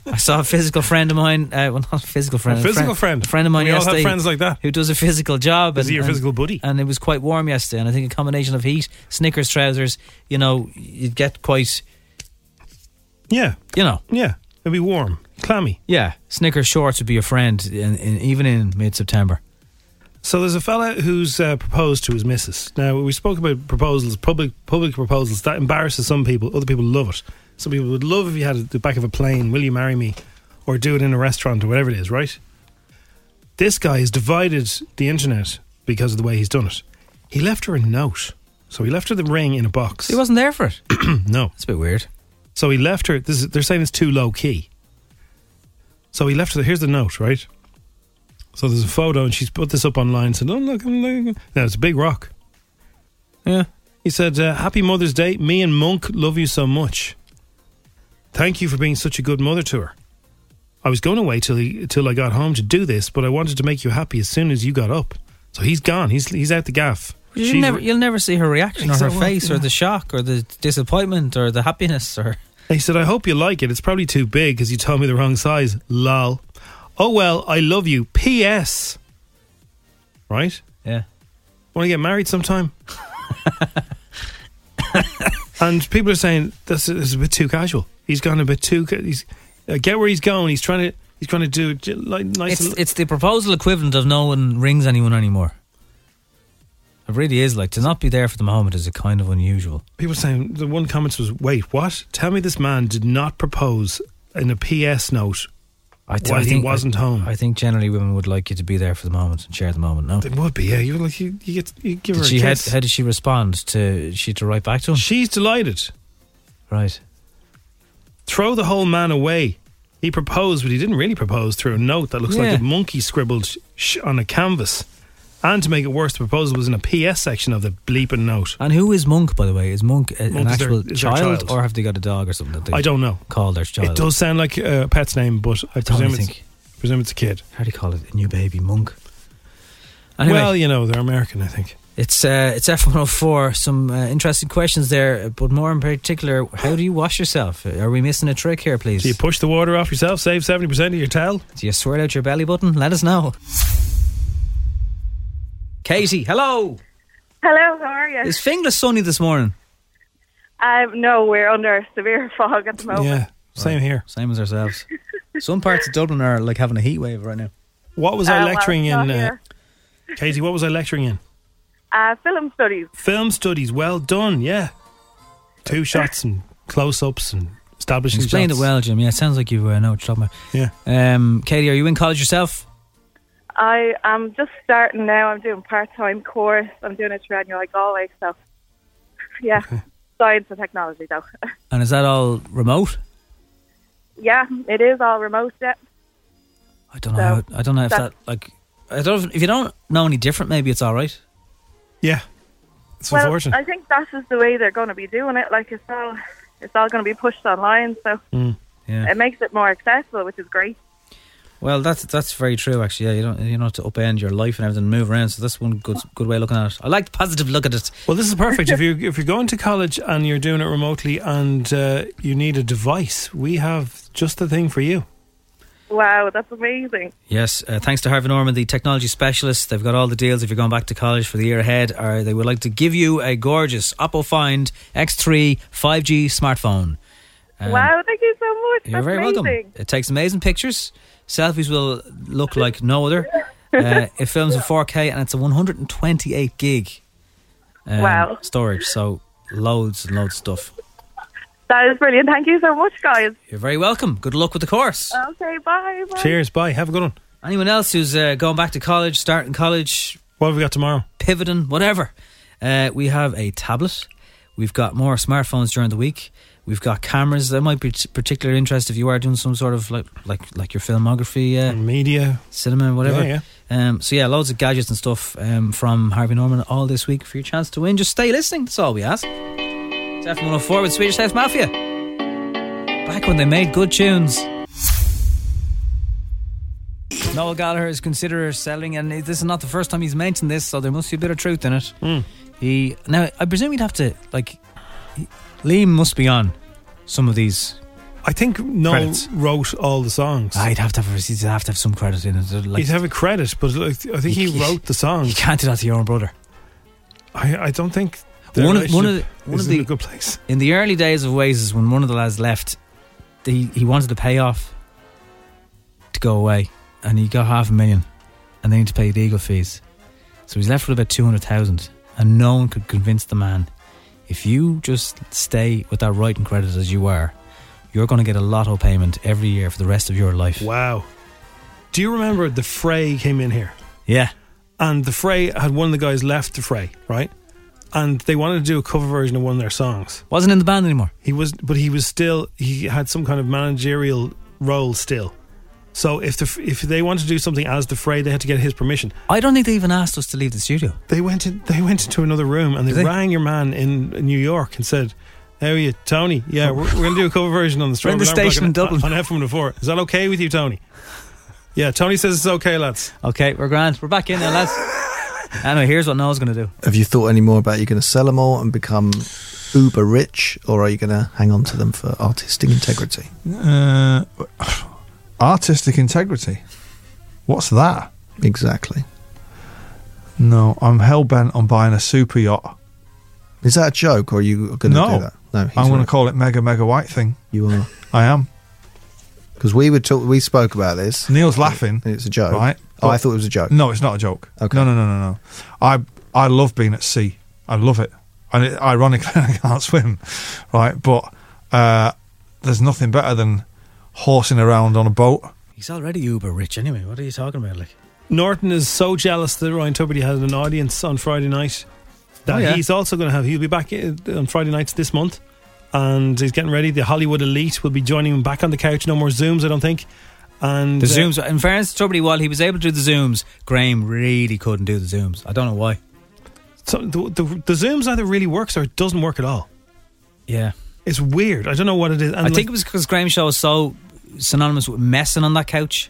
[SPEAKER 2] I saw a physical friend of mine. Uh, well, not a physical friend.
[SPEAKER 3] A physical friend.
[SPEAKER 2] A friend of mine
[SPEAKER 3] We all have
[SPEAKER 2] yesterday
[SPEAKER 3] friends like that.
[SPEAKER 2] who does a physical job.
[SPEAKER 3] Is he your physical buddy?
[SPEAKER 2] And it was quite warm yesterday, and I think a combination of heat, Snickers trousers, you know, you'd get quite,
[SPEAKER 3] Yeah.
[SPEAKER 2] you know,
[SPEAKER 3] Yeah. It'd be warm, clammy.
[SPEAKER 2] yeah. Snickers shorts would be your friend, in, in, even in mid-September.
[SPEAKER 3] So there's a fella who's uh, proposed to his missus. Now we spoke about proposals, public public proposals that embarrasses some people. Other people love it. Some people would love if you had it at the back of a plane, "Will you marry me?" or do it in a restaurant or whatever it is. Right? This guy has divided the internet because of the way he's done it. He left her a note, so he left her the ring in a box. He
[SPEAKER 2] wasn't there for it.
[SPEAKER 3] no,
[SPEAKER 2] it's a bit weird.
[SPEAKER 3] So he left her. This is, they're saying it's too low key. So he left her. Here's the note, right? So there's a photo, and she's put this up online. Said, "Oh look, I'm looking." No, it's a big rock. Yeah, he said, uh, "Happy Mother's Day. Me and Monk love you so much. Thank you for being such a good mother to her. I was going to wait till he, till I got home to do this, but I wanted to make you happy as soon as you got up. So he's gone. He's he's out the gaff.
[SPEAKER 2] You
[SPEAKER 3] She's-
[SPEAKER 2] never, you'll never see her reaction or her
[SPEAKER 3] Exactly,
[SPEAKER 2] face or
[SPEAKER 3] yeah.
[SPEAKER 2] the shock or the disappointment or the happiness or
[SPEAKER 3] He said, I hope you like it. It's probably too big because you told me the wrong size. Lol. Oh, well, I love you. P.S. Right?
[SPEAKER 2] Yeah.
[SPEAKER 3] Want to get married sometime? and people are saying, this is a bit too casual. He's gone a bit too. Ca- he's, I get where he's going. He's trying to. He's trying to do it j- like nice.
[SPEAKER 2] it's
[SPEAKER 3] and-
[SPEAKER 2] it's the proposal equivalent of no one rings anyone anymore. It really is like to not be there for the moment is a kind of unusual.
[SPEAKER 3] people were saying the one comment was, "Wait, what? Tell me this man did not propose in a P.S. note
[SPEAKER 2] I th-
[SPEAKER 3] while
[SPEAKER 2] I
[SPEAKER 3] he
[SPEAKER 2] think-
[SPEAKER 3] wasn't home."
[SPEAKER 2] I think generally women would like you to be there for the moment and share the moment. No,
[SPEAKER 3] They would be. Yeah, you like you, you get you give
[SPEAKER 2] did
[SPEAKER 3] her
[SPEAKER 2] she
[SPEAKER 3] a
[SPEAKER 2] had-
[SPEAKER 3] kiss.
[SPEAKER 2] how, did she respond to? She had to write back to him.
[SPEAKER 3] She's delighted.
[SPEAKER 2] Right.
[SPEAKER 3] Throw the whole man away. He proposed, but he didn't really propose through a note that looks
[SPEAKER 2] Yeah.
[SPEAKER 3] like a monkey scribbled sh- sh- on a canvas. And to make it worse, the proposal was in a PS section of the bleeping note.
[SPEAKER 2] And who is Monk, by the way? Is Monk a- an
[SPEAKER 3] Monk is their-
[SPEAKER 2] actual
[SPEAKER 3] is their
[SPEAKER 2] child,
[SPEAKER 3] child.
[SPEAKER 2] or have they got a dog or something? That they
[SPEAKER 3] I don't know.
[SPEAKER 2] Call their child.
[SPEAKER 3] It does sound like a pet's name, but I presume it's,
[SPEAKER 2] think-
[SPEAKER 3] presume it's a kid.
[SPEAKER 2] How do you call it? A new baby Monk. Anyway.
[SPEAKER 3] Well, you know, they're American, I think.
[SPEAKER 2] It's uh, it's F one hundred four. Some uh, interesting questions there, but more in particular, how do you wash yourself? Are we missing a trick here, please?
[SPEAKER 3] Do you push the water off yourself, save 70% of your towel?
[SPEAKER 2] Do you swirl out your belly button? Let us know. Katie, hello.
[SPEAKER 21] Hello, how are you?
[SPEAKER 2] Is Finglas sunny this morning?
[SPEAKER 21] Um, no, we're under severe fog at the moment.
[SPEAKER 3] same here.
[SPEAKER 2] Same as ourselves. Some parts of Dublin are like having a heat wave right now.
[SPEAKER 3] What was I
[SPEAKER 21] Uh, well,
[SPEAKER 3] lecturing
[SPEAKER 21] it's not
[SPEAKER 3] in, uh,
[SPEAKER 21] here.
[SPEAKER 3] Katie? What was I lecturing in?
[SPEAKER 21] Uh, film studies.
[SPEAKER 3] Film studies. Well done. Yeah. Two shots and close ups and establishing
[SPEAKER 2] Explained it
[SPEAKER 3] shots.
[SPEAKER 2] well, Jim. Yeah, it sounds like you uh, know what you're talking
[SPEAKER 3] about.
[SPEAKER 2] Yeah. Um, Katie, are you in college yourself?
[SPEAKER 21] I am just starting now. I'm doing part-time course. I'm doing it around you like Galway, so yeah, science and technology though.
[SPEAKER 2] And is that all remote?
[SPEAKER 21] yeah, it is all remote. Yeah.
[SPEAKER 2] I don't know. how it- I don't know if that
[SPEAKER 21] that's-
[SPEAKER 2] like. I don't. If you don't know any different, maybe it's all right.
[SPEAKER 3] Yeah. It's
[SPEAKER 21] well, I think that is the way they're going to be doing it. Like it's all, it's all going to be pushed online, so
[SPEAKER 2] Mm, Yeah.
[SPEAKER 21] it makes it more accessible, which is great.
[SPEAKER 2] Well, that's that's very true. Actually, yeah, you don't you don't have to upend your life and everything, and move around. So that's one good good way of looking at it. I like the positive look at it.
[SPEAKER 3] Well, this is perfect. if you if you're going to college and you're doing it remotely and uh, you need a device, we have just the thing for you.
[SPEAKER 21] Wow, that's amazing.
[SPEAKER 2] Yes, uh, thanks to Harvey Norman, the technology specialist. They've got all the deals if you're going back to college for the year ahead, or they would like to give you a gorgeous Oppo Find X3 5G smartphone. Um,
[SPEAKER 21] wow, thank you so much.
[SPEAKER 2] You're
[SPEAKER 21] that's
[SPEAKER 2] very
[SPEAKER 21] amazing.
[SPEAKER 2] welcome. It takes amazing pictures. Selfies will look like no other. Uh, it films in 4K and it's a 128 gig um,
[SPEAKER 21] Wow.
[SPEAKER 2] storage, so loads and loads of stuff.
[SPEAKER 21] That is brilliant. Thank you so much, guys.
[SPEAKER 2] You're very welcome. Good luck with the course.
[SPEAKER 21] Okay, bye. bye.
[SPEAKER 3] Bye. Have a good one.
[SPEAKER 2] Anyone else who's uh, going back to college, starting college?
[SPEAKER 3] What have we got tomorrow?
[SPEAKER 2] Pivoting, whatever. Uh, we have a tablet. We've got more smartphones during the week. We've got cameras. That might be t- particular interest if you are doing some sort of like like like your filmography, uh,
[SPEAKER 3] media,
[SPEAKER 2] cinema, whatever.
[SPEAKER 3] Yeah,
[SPEAKER 2] Um, so yeah, loads of gadgets and stuff um, from Harvey Norman all this week for your chance to win. Just stay listening. That's all we ask. It's F104 with Swedish House Mafia. Back when they made good tunes. Noel Gallagher is considering selling, and this is not the first time he's mentioned this, so there must be a bit of truth in it.
[SPEAKER 3] Hmm.
[SPEAKER 2] He now, I presume he'd have to like he- Liam must be on some of these.
[SPEAKER 3] I think Noel wrote all the songs.
[SPEAKER 2] I'd have to have, he'd have to have some credit in it. Like,
[SPEAKER 3] He'd have a credit, but like, I think he
[SPEAKER 2] You-
[SPEAKER 3] wrote the song. You
[SPEAKER 2] can't do that to your own brother.
[SPEAKER 3] I, I don't think their
[SPEAKER 2] one of one of the,
[SPEAKER 3] relationship
[SPEAKER 2] one
[SPEAKER 3] is
[SPEAKER 2] of
[SPEAKER 3] in
[SPEAKER 2] the
[SPEAKER 3] a good place.
[SPEAKER 2] In the early days of Waze's, when one of the lads left, he he wanted the payoff to go away, and he got half a million, and they need to pay legal fees, so he's left with about two hundred thousand, and no one could convince the man. If you just stay with that writing credit as you are, you're going to get a lotto payment every year for the rest of your life.
[SPEAKER 3] Wow. Do you remember the fray came in here?
[SPEAKER 2] Yeah.
[SPEAKER 3] And the fray had one of the guys left the fray, right? And they wanted to do a cover version of one of their songs.
[SPEAKER 2] Wasn't in the band anymore.
[SPEAKER 3] He was, but he was still. He had some kind of managerial role still, So if the, if they wanted to do something as the fray, they had to get his permission.
[SPEAKER 2] I don't think they even asked us to leave the studio.
[SPEAKER 3] They went in, they went into another room and they, rang your man in New York and said, "How are you, Tony? Yeah, we're, we're going to do a cover version on the
[SPEAKER 2] Oh. We're in the
[SPEAKER 3] Strawberry Alarm
[SPEAKER 2] station in
[SPEAKER 3] Clock on-
[SPEAKER 2] Dublin.
[SPEAKER 3] on FM to four. Is that okay with you, Tony? Yeah, Tony says it's okay, lads.
[SPEAKER 2] Okay, we're grand. We're back in now, lads. anyway, here's what Noel's going to do.
[SPEAKER 6] Have you thought any more about you're going to sell them all and become uber rich, or are you going to hang on to them for artistic integrity?
[SPEAKER 7] Uh, artistic integrity. What's that?
[SPEAKER 6] Exactly.
[SPEAKER 7] No, I'm hell bent on buying a super yacht.
[SPEAKER 6] Is that a joke, or are you going to
[SPEAKER 7] no.
[SPEAKER 6] do that? No, he's
[SPEAKER 7] I'm going
[SPEAKER 6] right.
[SPEAKER 7] to call it Mega Mega White Thing.
[SPEAKER 6] You are.
[SPEAKER 7] I am.
[SPEAKER 6] Because we were talk- we spoke about this.
[SPEAKER 7] Neil's laughing.
[SPEAKER 6] It's a joke,
[SPEAKER 7] Right.
[SPEAKER 6] Oh, I thought it was a joke.
[SPEAKER 7] No, it's not a joke. Okay. No, no, no, no, no. I I love being at sea. I love it. And it, ironically, I can't swim, right? But uh, there's nothing better than horsing around on a boat.
[SPEAKER 2] He's already uber rich anyway. What are you talking about? Like,
[SPEAKER 3] Norton is so jealous that Ryan Tuberty has an audience on Friday night that
[SPEAKER 2] Oh, yeah.
[SPEAKER 3] he's also going to have. He'll be back i- on Friday nights this month, and he's getting ready. The Hollywood elite will be joining him back on the couch. No more zooms, I don't think. And
[SPEAKER 2] the
[SPEAKER 3] uh,
[SPEAKER 2] zooms. In fairness to Tuberty, while he was able to do the zooms, Graham really couldn't do the zooms. I don't know why.
[SPEAKER 3] So the, the, the zooms either really works or it doesn't work at all.
[SPEAKER 2] Yeah.
[SPEAKER 3] It's weird. I don't know what it is. And
[SPEAKER 2] I think it was because Graham's show was so synonymous with messing on that couch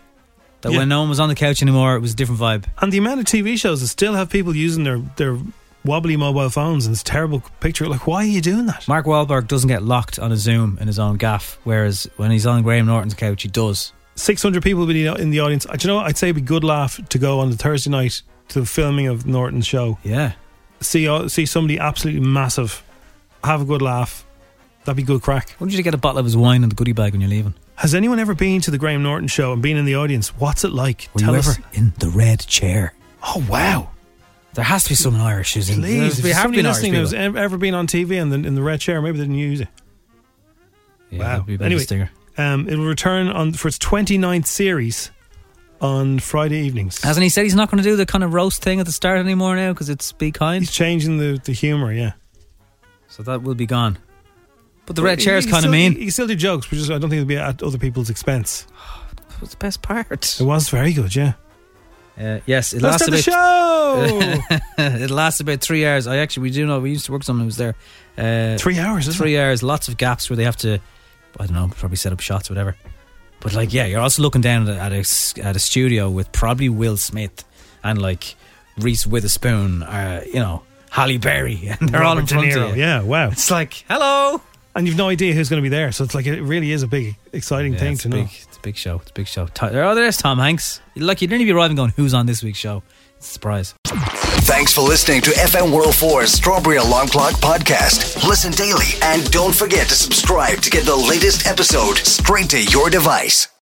[SPEAKER 2] that
[SPEAKER 3] Yeah.
[SPEAKER 2] when no one was on the couch anymore, it was a different vibe.
[SPEAKER 3] and the amount of TV shows that still have people using their their wobbly mobile phones and it's a terrible picture. Like, why are you doing that?
[SPEAKER 2] Mark Wahlberg doesn't get locked on a Zoom in his own gaff, whereas when he's on Graham Norton's couch, he does.
[SPEAKER 3] Six hundred people will be in the audience. Uh, Do you know? What? I'd say it'd be good laugh to go on the Thursday night to the filming of Norton's show.
[SPEAKER 2] Yeah,
[SPEAKER 3] see uh, see somebody absolutely massive, have a good laugh. That'd be good crack.
[SPEAKER 2] Why don't you get a bottle of his wine and the goodie bag when you're leaving?
[SPEAKER 3] Has anyone ever been to the Graham Norton show and been in the audience? What's it like?
[SPEAKER 2] Were you ever in the red chair?
[SPEAKER 3] Oh wow!
[SPEAKER 2] There has to be someone Irish who's in.
[SPEAKER 3] Please, if
[SPEAKER 2] there
[SPEAKER 3] you haven't
[SPEAKER 2] been
[SPEAKER 3] been
[SPEAKER 2] Irish
[SPEAKER 3] listening, who's
[SPEAKER 2] people.
[SPEAKER 3] ev- ever been on TV and then in the red chair, maybe they didn't use it.
[SPEAKER 2] Yeah, that'd be a bit of a stinger.
[SPEAKER 3] um, it will return on for its 29th series on Friday evenings.
[SPEAKER 2] Hasn't he said he's not going to do the kind of roast thing at the start anymore now because it's be kind? He's
[SPEAKER 3] changing the, the humour, yeah.
[SPEAKER 2] So that will be gone. But the
[SPEAKER 3] But
[SPEAKER 2] red
[SPEAKER 3] he-
[SPEAKER 2] chair is
[SPEAKER 3] he
[SPEAKER 2] kind of
[SPEAKER 3] still-
[SPEAKER 2] mean.
[SPEAKER 3] He can still do jokes, but just I don't think it'll be at other people's expense.
[SPEAKER 2] What's the best part?
[SPEAKER 3] It was very good, yeah.
[SPEAKER 2] Uh, yes, it
[SPEAKER 3] Let's
[SPEAKER 2] lasts
[SPEAKER 3] do the
[SPEAKER 2] about
[SPEAKER 3] show.
[SPEAKER 2] it lasts about three hours. I actually we do know we used to work with someone who was there. Uh,
[SPEAKER 3] Three hours, isn't
[SPEAKER 2] Three hours. Lots of gaps where they have to, I don't know, probably set up shots, whatever. But like, yeah, you're also looking down at a, s- at a studio with probably Will Smith and like Reese Witherspoon, uh, you know, Halle Berry, and they're all in
[SPEAKER 3] Robert De
[SPEAKER 2] front
[SPEAKER 3] Niro,
[SPEAKER 2] of you.
[SPEAKER 3] Yeah, wow.
[SPEAKER 2] It's like hello,
[SPEAKER 3] and you've no idea who's going to be there. So it's like it really is a big, exciting
[SPEAKER 2] Yeah,
[SPEAKER 3] thing
[SPEAKER 2] it's
[SPEAKER 3] to
[SPEAKER 2] a
[SPEAKER 3] know.
[SPEAKER 2] big- It's a big show. It's a big show. Ti- Oh, there's Tom Hanks. Like you'd only be arriving going, who's on this week's show? It's a surprise.
[SPEAKER 1] Thanks for listening to FM World 4's Strawberry Alarm Clock podcast. Listen daily and don't forget to subscribe to get the latest episode straight to your device.